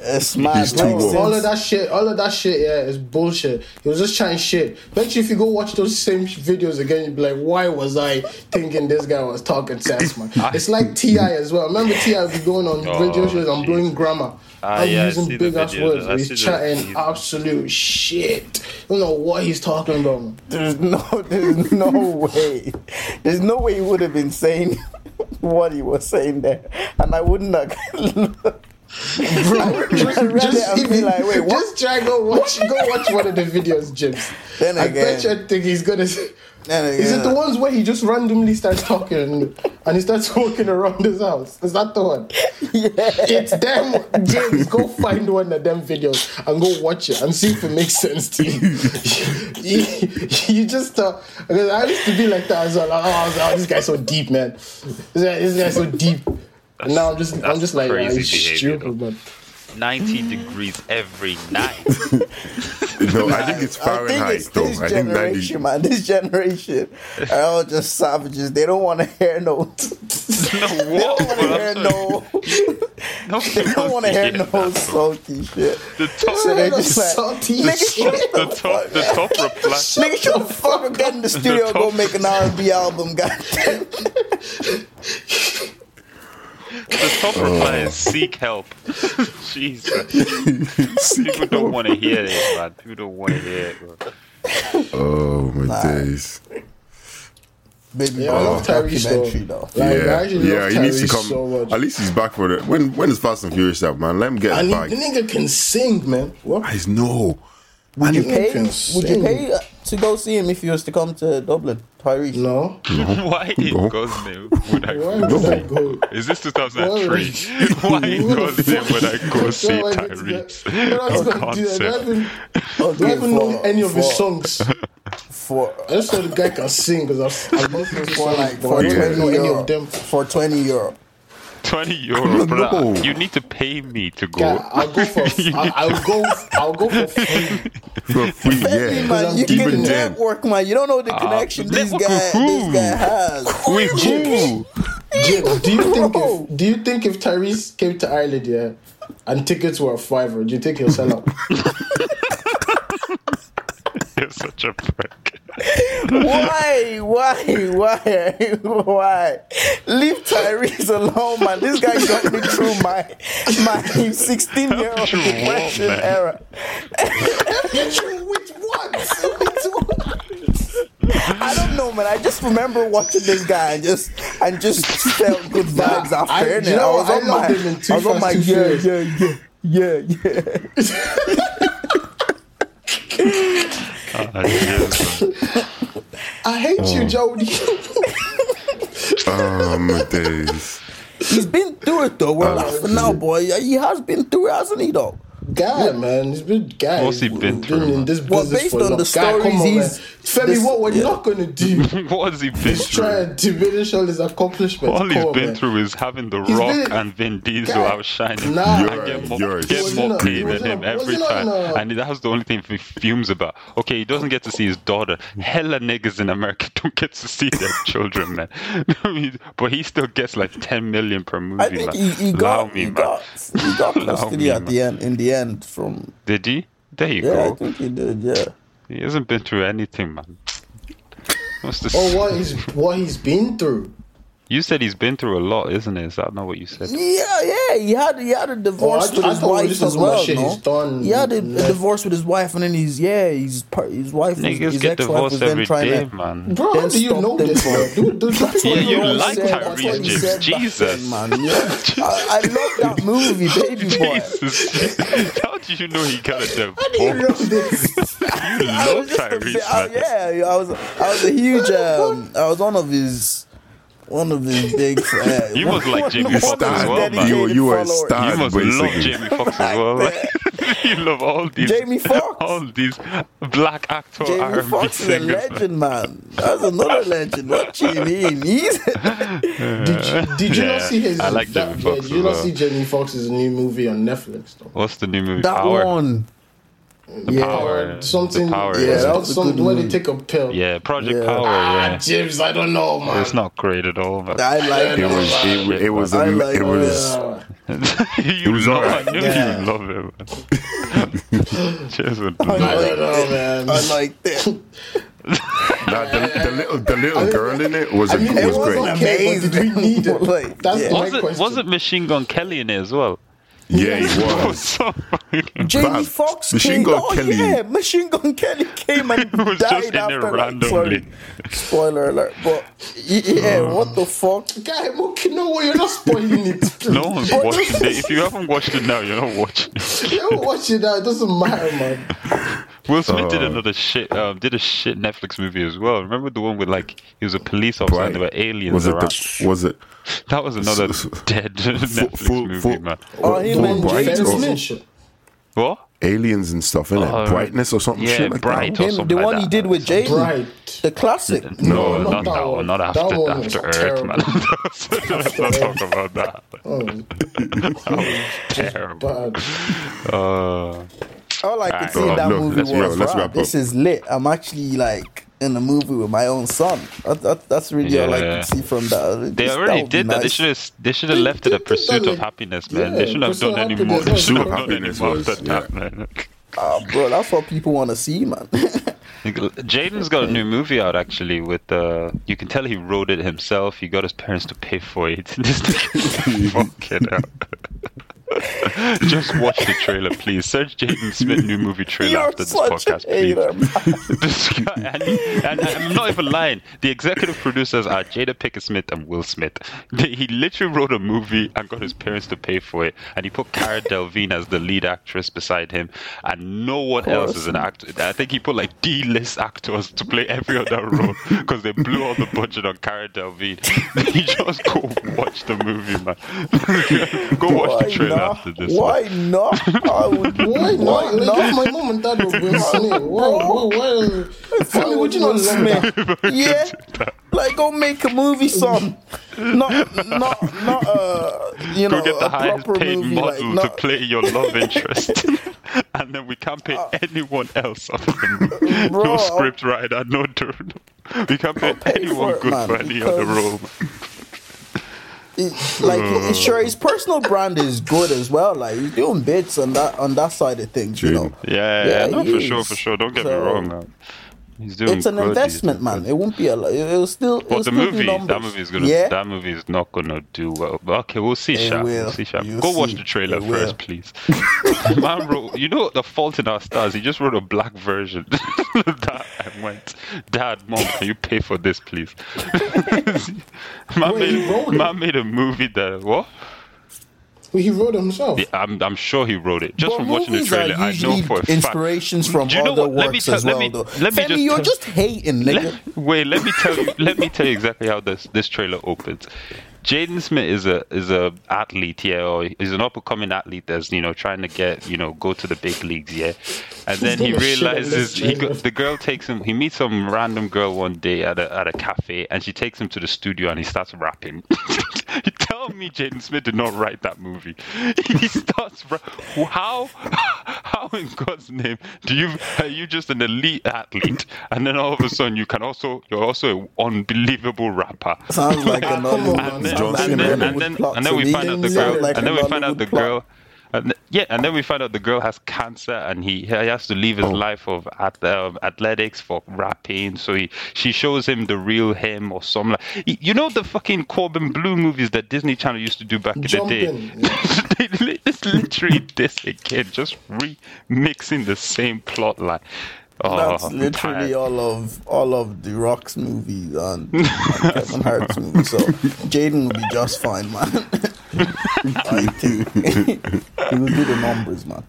it's mad. He's too Like, woke. since- All of that shit, all of that shit, yeah, is bullshit. He was just trying shit. Bet you if you go watch those same sh- videos again, you'd be like, why was I thinking this guy was talking sense, man? It's like Ti as well. Remember Ti would be going on Oh, radio shows and blowing Jesus. grammar. Ah, I'm yeah, I see using the big ass videos. words. I but see He's the- chatting he's- absolute shit. You know what he's talking about. Man. There's no, there's no way, there's no way he would have been saying what he was saying there, and I wouldn't [laughs] have. Bro, just, read it just, and be even, like, wait, what? just try go watch go watch one of the videos, James. Then I bet you again- I think he's gonna say Then Is it again- the ones where he just randomly starts talking and, and he starts [laughs] walking around his house? Is that [laughs] the one? It's them James, go find one of them videos and go watch it and see if it makes sense to you. [laughs] you, you just uh, because I used to be like that as well. Like, oh, I was like, oh, this guy's so deep, man. This, guy, this guy's so deep. And now I'm just I'm that's just like crazy crazy behavior, stupid, man. 90 degrees every night. No, I think it's I Fahrenheit think it's though. this I think generation, man. 90. This generation are all just savages. They don't want to hear no. [laughs] No, They don't want to hear no. no. They don't want to hear no salty shit. The top, So [laughs] they No just like, salty nigga, [laughs] shit. shut the the top, the top reply. nigga, shut the fuck up. Get in the studio, and go top- make an R and B album, goddamn. The top reply is seek [laughs] help. Jesus. People don't want to hear it, man. People don't want to hear it. Bro. Oh my days. Baby, Yeah, I boy, love Tyrese documentary though. though. Like, I yeah, actually yeah. love He needs to Tyrese come. so much. At least he's back for the. When when is Fast and Furious out, man? Let him get his And he, bag. the nigga can sing, man. What? Guys, no. Would you And he pay? can Would you sing. pay uh, to go see him if he was to come to Dublin, Tyrese? No. Why in No. God's name would I Why would I go? Is this 2003? [laughs] Why in God's name would I go see Why would I do [laughs] that? Tyrese? What else No gonna do that? Do I concept. even- do I Okay, even know for- any of his for- songs? I For just know the guy can sing because I've listened to for songs, like but for I don't twenty know any euro. of them. For twenty euro. 20 euro, No. bro. You need to pay me to go. Yeah, I'll go for. I- I'll go. I'll go for free. For [laughs] free, Hey, yeah. man, you Even can then. network, man. You don't know the connection this Ah, network with guy this who? guy has. With [laughs] who? Jim, do you think Bro. [laughs] if do you think if Tyrese came to Ireland, yeah, and tickets were a fiver, do you think he'll sell out? You're such a prick. [laughs] Why? Why? Why? [laughs] Why? Leave Tyrese alone, man. This guy got me through my my [laughs] 16 year old Helped you walk, depression man. era. Which one? I don't know, man. I just remember watching this guy and just and just felt [laughs] good vibes after I- it. you know, I was I on loved my, him in Too I was on Fast, my Too yeah, Furious. yeah, yeah, yeah, yeah. Ah, yes, man. I hate [laughs] you, Jody. Oh my days. He's been through it though. We're Uh, laughing now, boy. He has been through it, hasn't he, though? guy, man, he's been guy. What's he been We've been through, in man? this Well, business based for on long. the Guy, come stories on, man. he's- Femi, this- what we're yeah. not gonna do what has he been is try through? and diminish all his accomplishments. All he's Come on, been man. through is having The He's Rock been- and Vin Diesel Guy, outshining. nah. I You're- get you're- more, He get was more in a- he clean was than in a- him he was every in a- time. in a- And that's the only thing he fumes about. Okay, he doesn't get to see his daughter. Hella niggas in America [laughs] don't get to see their children, man. [laughs] I mean, but he still gets like 10 million per movie, I think man. he, he Allow got me, he man. got he [laughs] got Allow custody me, at man. the end. In the end, from Did he? There you yeah, I go. think he did. Yeah. He hasn't been through anything, man. What's this? Oh, Or Oh, what he's what he's been through. You said he's been through a lot, isn't it? Is that not what you said? Yeah, yeah, he had he had a divorce Oh, I- with I his thought we were wife just as talking about well. shit no? he's done. He had a, a Yeah. divorce with his wife, and then he's yeah, he's part, his wife, was- Niggas his get ex-wife was divorced then every trying day, to. man. Bro, how Then do you stop know them this, from- man? Dude, dude, that's what Yeah, he you always like said. That's what Tyrese he James. said back then, Jesus. [laughs] man. Yeah. I, [laughs] I love that movie, baby boy. Jesus. [laughs] How did you know he got a How do you know divorce? [laughs] this? You I love was just a bit- I- Tyrese, man. Uh, yeah, I was I was a huge um, I was one of his one of his big uh, You must like Jamie one of Foxx his as well, man. dedicated You- you were a followers. star. Ah, You must Basically. love Jamie Foxx as well. [laughs] [laughs] you love all these Jamie Foxx? all these black actor Jamie R&B Foxx is a singers. man. legend, man. That's another legend. What you [laughs] mean? He's Did you, did you not Yeah, see his? I like that- Jamie yeah, Foxx Did you as not well. see Jamie Foxx's new movie on Netflix? Though? [laughs] What's the new movie? that Power. one. Power. Something. The Power, yeah, yeah. that That was was a some good where they movie. take a pill. Yeah, Project Yeah. Power. Ah, Yeah, James, I don't know, man. it's not great at all, man. I like [laughs] It was it, it was I am- like it was Uh, [laughs] you was love, alright. I knew Yeah. Oh, you love it. [laughs] Man. Cheers with I love. don't know, man. I like that. [laughs] nah, the, the little the little girl in it was a, I mean, it was was great. okay, but did we need it? Like, [laughs] That's yeah. my Was it question. was it Machine Gun Kelly in it as [laughs] well? yeah, it Was was. so fucking- Jamie Bad. Foxx Machine came. Gun oh Kelly. yeah, Machine Gun Kelly came and was just died in there after. like, sorry, randomly. spoiler alert. But y- yeah, what the fuck? Guy, okay, no, well, you're not spoiling it. [laughs] please. no one's watching it. If you haven't watched it now, you're not watching. it. [laughs] You don't watch it now. It doesn't matter, man. Will Smith did Uh, another shit. Um, did a shit Netflix movie as well. Remember the one with like he was a police officer Right. and there were aliens Was it around. the, was it that was [laughs] another s- s- dead [laughs] Netflix full- movie, full- man. Oh, him Don't and worry, Jaden it's Fences all- and Smith. shit. What? aliens and stuff in it? Uh, Brightness or something? yeah, shit like bright. That. Or Oh. Him, something the like one that, he did man. with Jaden, Bright. the classic. No, No, not, that one. Not That after one was after Earth, man. [laughs] terrible. Let's not talk about [laughs] that. Oh. That was terrible. Bad. Uh, All I Alright, could see bro, in that look, movie let's was, wrap- let's "Wow, wrap this up." is lit. I'm actually like in a movie with my own son. That, that, that's really all I Yeah. could see from that. they Just- already would be did that. They nice. should have. They should have left it a did that, pursuit of like- happiness, man. yeah, they shouldn't have Pursuit done of any more. They Happiness, shouldn't yeah. have done any Pursuit of more Happiness than that, was, man. [laughs] Ah, bro, that's what people want to see, man. [laughs] Jaden's got a new movie out actually. With uh, you can tell he wrote it himself. He got his parents to pay for it. [laughs] this nigga's fucking out. [laughs] Just watch the trailer, please. Search Jaden Smith new movie trailer You're after this such podcast, a please. hater. man. [laughs] This guy- and, and I'm not even lying. The executive producers are Jada Pickett Smith and Will Smith. They, he literally wrote a movie and got his parents to pay for it, and he put [laughs] Cara Delvine as the lead actress beside him, and no one else is an actor. I think he put like D-list actors to play every other role because they blew all the budget on Cara Delvine. [laughs] you just go watch the movie, man. [laughs] go watch the trailer not? after this. Why man. not? I would, Why not? Why like, not? [laughs] if my mom and dad were Will Smith. Why? Why? why Family, would you not Will love [laughs] that? Smith. yeah, like go make a movie, son. Not, not, not. Uh, you know, Go get the a highest proper paid movie. Like, model to not, play your [laughs] love interest. and then we can't pay anyone else [laughs] off the movie. Uh, Bro. uh, No script writer, no turn. We can't pay pay anyone for it, good man, for any other because- role. it- like, it- sure, his personal brand is good as well. Like, he's doing bits on that on that side of things, you know. Yeah, yeah, no, for sure, he for is. sure. Don't get me So- wrong, man. He's doing it's an good, he's investment, doing man. good. It won't be a lot. It'll still. it'll But the still be movie, that numbers. movie is gonna, Yeah. that movie is not gonna do well. But okay, we'll see, It Sha. will. We'll see, Sha. You'll Go watch see. the trailer It will. first, please. [laughs] Man wrote, you know, the Fault in Our Stars. He just wrote a black version. [laughs] that and went, Dad, Mom, can you pay for this, please? [laughs] man, Wait, he made, wrote it? man made a movie that what? Well, he wrote himself. Yeah, I'm, I'm sure he wrote it. Just But from watching the movies are trailer, I know usually for a fact. inspirations from Do you know other what? Let me works tell- as let well. me- though. let me Femi, just you're tell- just hating, nigga. Let, wait, let me tell you. Let me tell you exactly how this this trailer opens. Jaden Smith is a is a athlete, yeah, or he's an up and coming athlete that's you know trying to get you know go to the big leagues, yeah. And then he Shit, I realizes missed he go, trailer. the girl takes him. He meets some random girl one day at a at a cafe, and she takes him to the studio, and he starts rapping. [laughs] You Tell me, Jaden Smith did not write that movie. [laughs] He starts. Ra- how? [laughs] How in God's name do you? Are you just an elite athlete, and then all of a sudden you can also you're also an unbelievable rapper. Sounds [laughs] like Ah, a come on, novel. man. And then, John Sounds like and a then, and Hollywood then, plot and to then we me. find out the Sounds girl. like and a then we find out Hollywood the plot. girl. And th- yeah, and then we find out the girl has cancer, and he he has to Oh. leave his life of at, um, athletics for rapping. So he she shows him the real him or some like you know the fucking Corbin Blue movies that Disney Channel used to do back in Jumping. the day. [laughs] They li- it's literally this again, just remixing the same plot line. Oh, That's I'm tired. literally all of all of the Rock's movies [laughs] and, and Kevin Hart's movies. So Jaden will be just fine, [laughs] man. [laughs] I think he will do the numbers, man.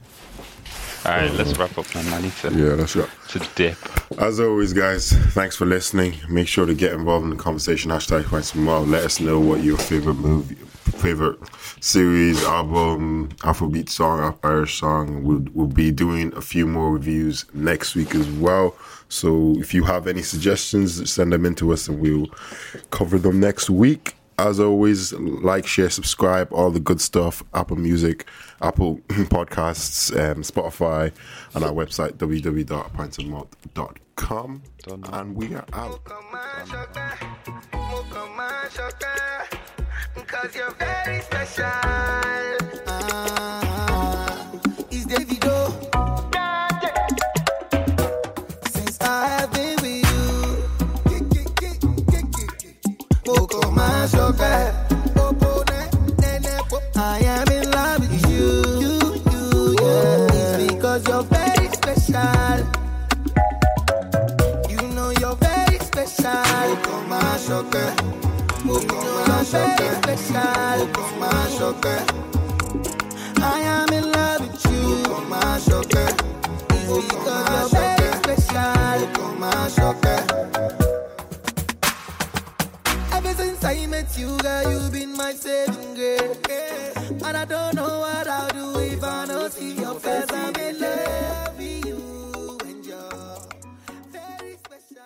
All right, let's wrap up, man. I need to, Yeah, that's right. to dip. As always, guys, thanks for listening. Make sure to get involved in the conversation. Hashtag find some more. Let us know what your favorite movie, favorite series, album, Afrobeat song, Irish song. We'll, we'll be doing a few more reviews next week as well. So if you have any suggestions, send them in to us and we'll cover them next week. As always, like, share, subscribe, all the good stuff. Apple Music, Apple [clears throat] Podcasts, um, Spotify, and our website www.pintsandmalt.com. And we are out. Cause you're very special. Ah, it's Davido. Since I have been with you, oh come on, sugar. Oh, oh, ne- ne- ne- po- I am in love with you. You, you, yeah. It's because you're very special. You know you're very special. Oh, come on, sugar. Oh, come on, sugar. Oh, come on, sugar. I am in love with you. Come on, sugar. It's because you're very special. Come on, sugar. Ever since I met you, girl, you've been my saving grace. And I don't know what I'll do if I don't see your face. I'm in love with you, and you're very special.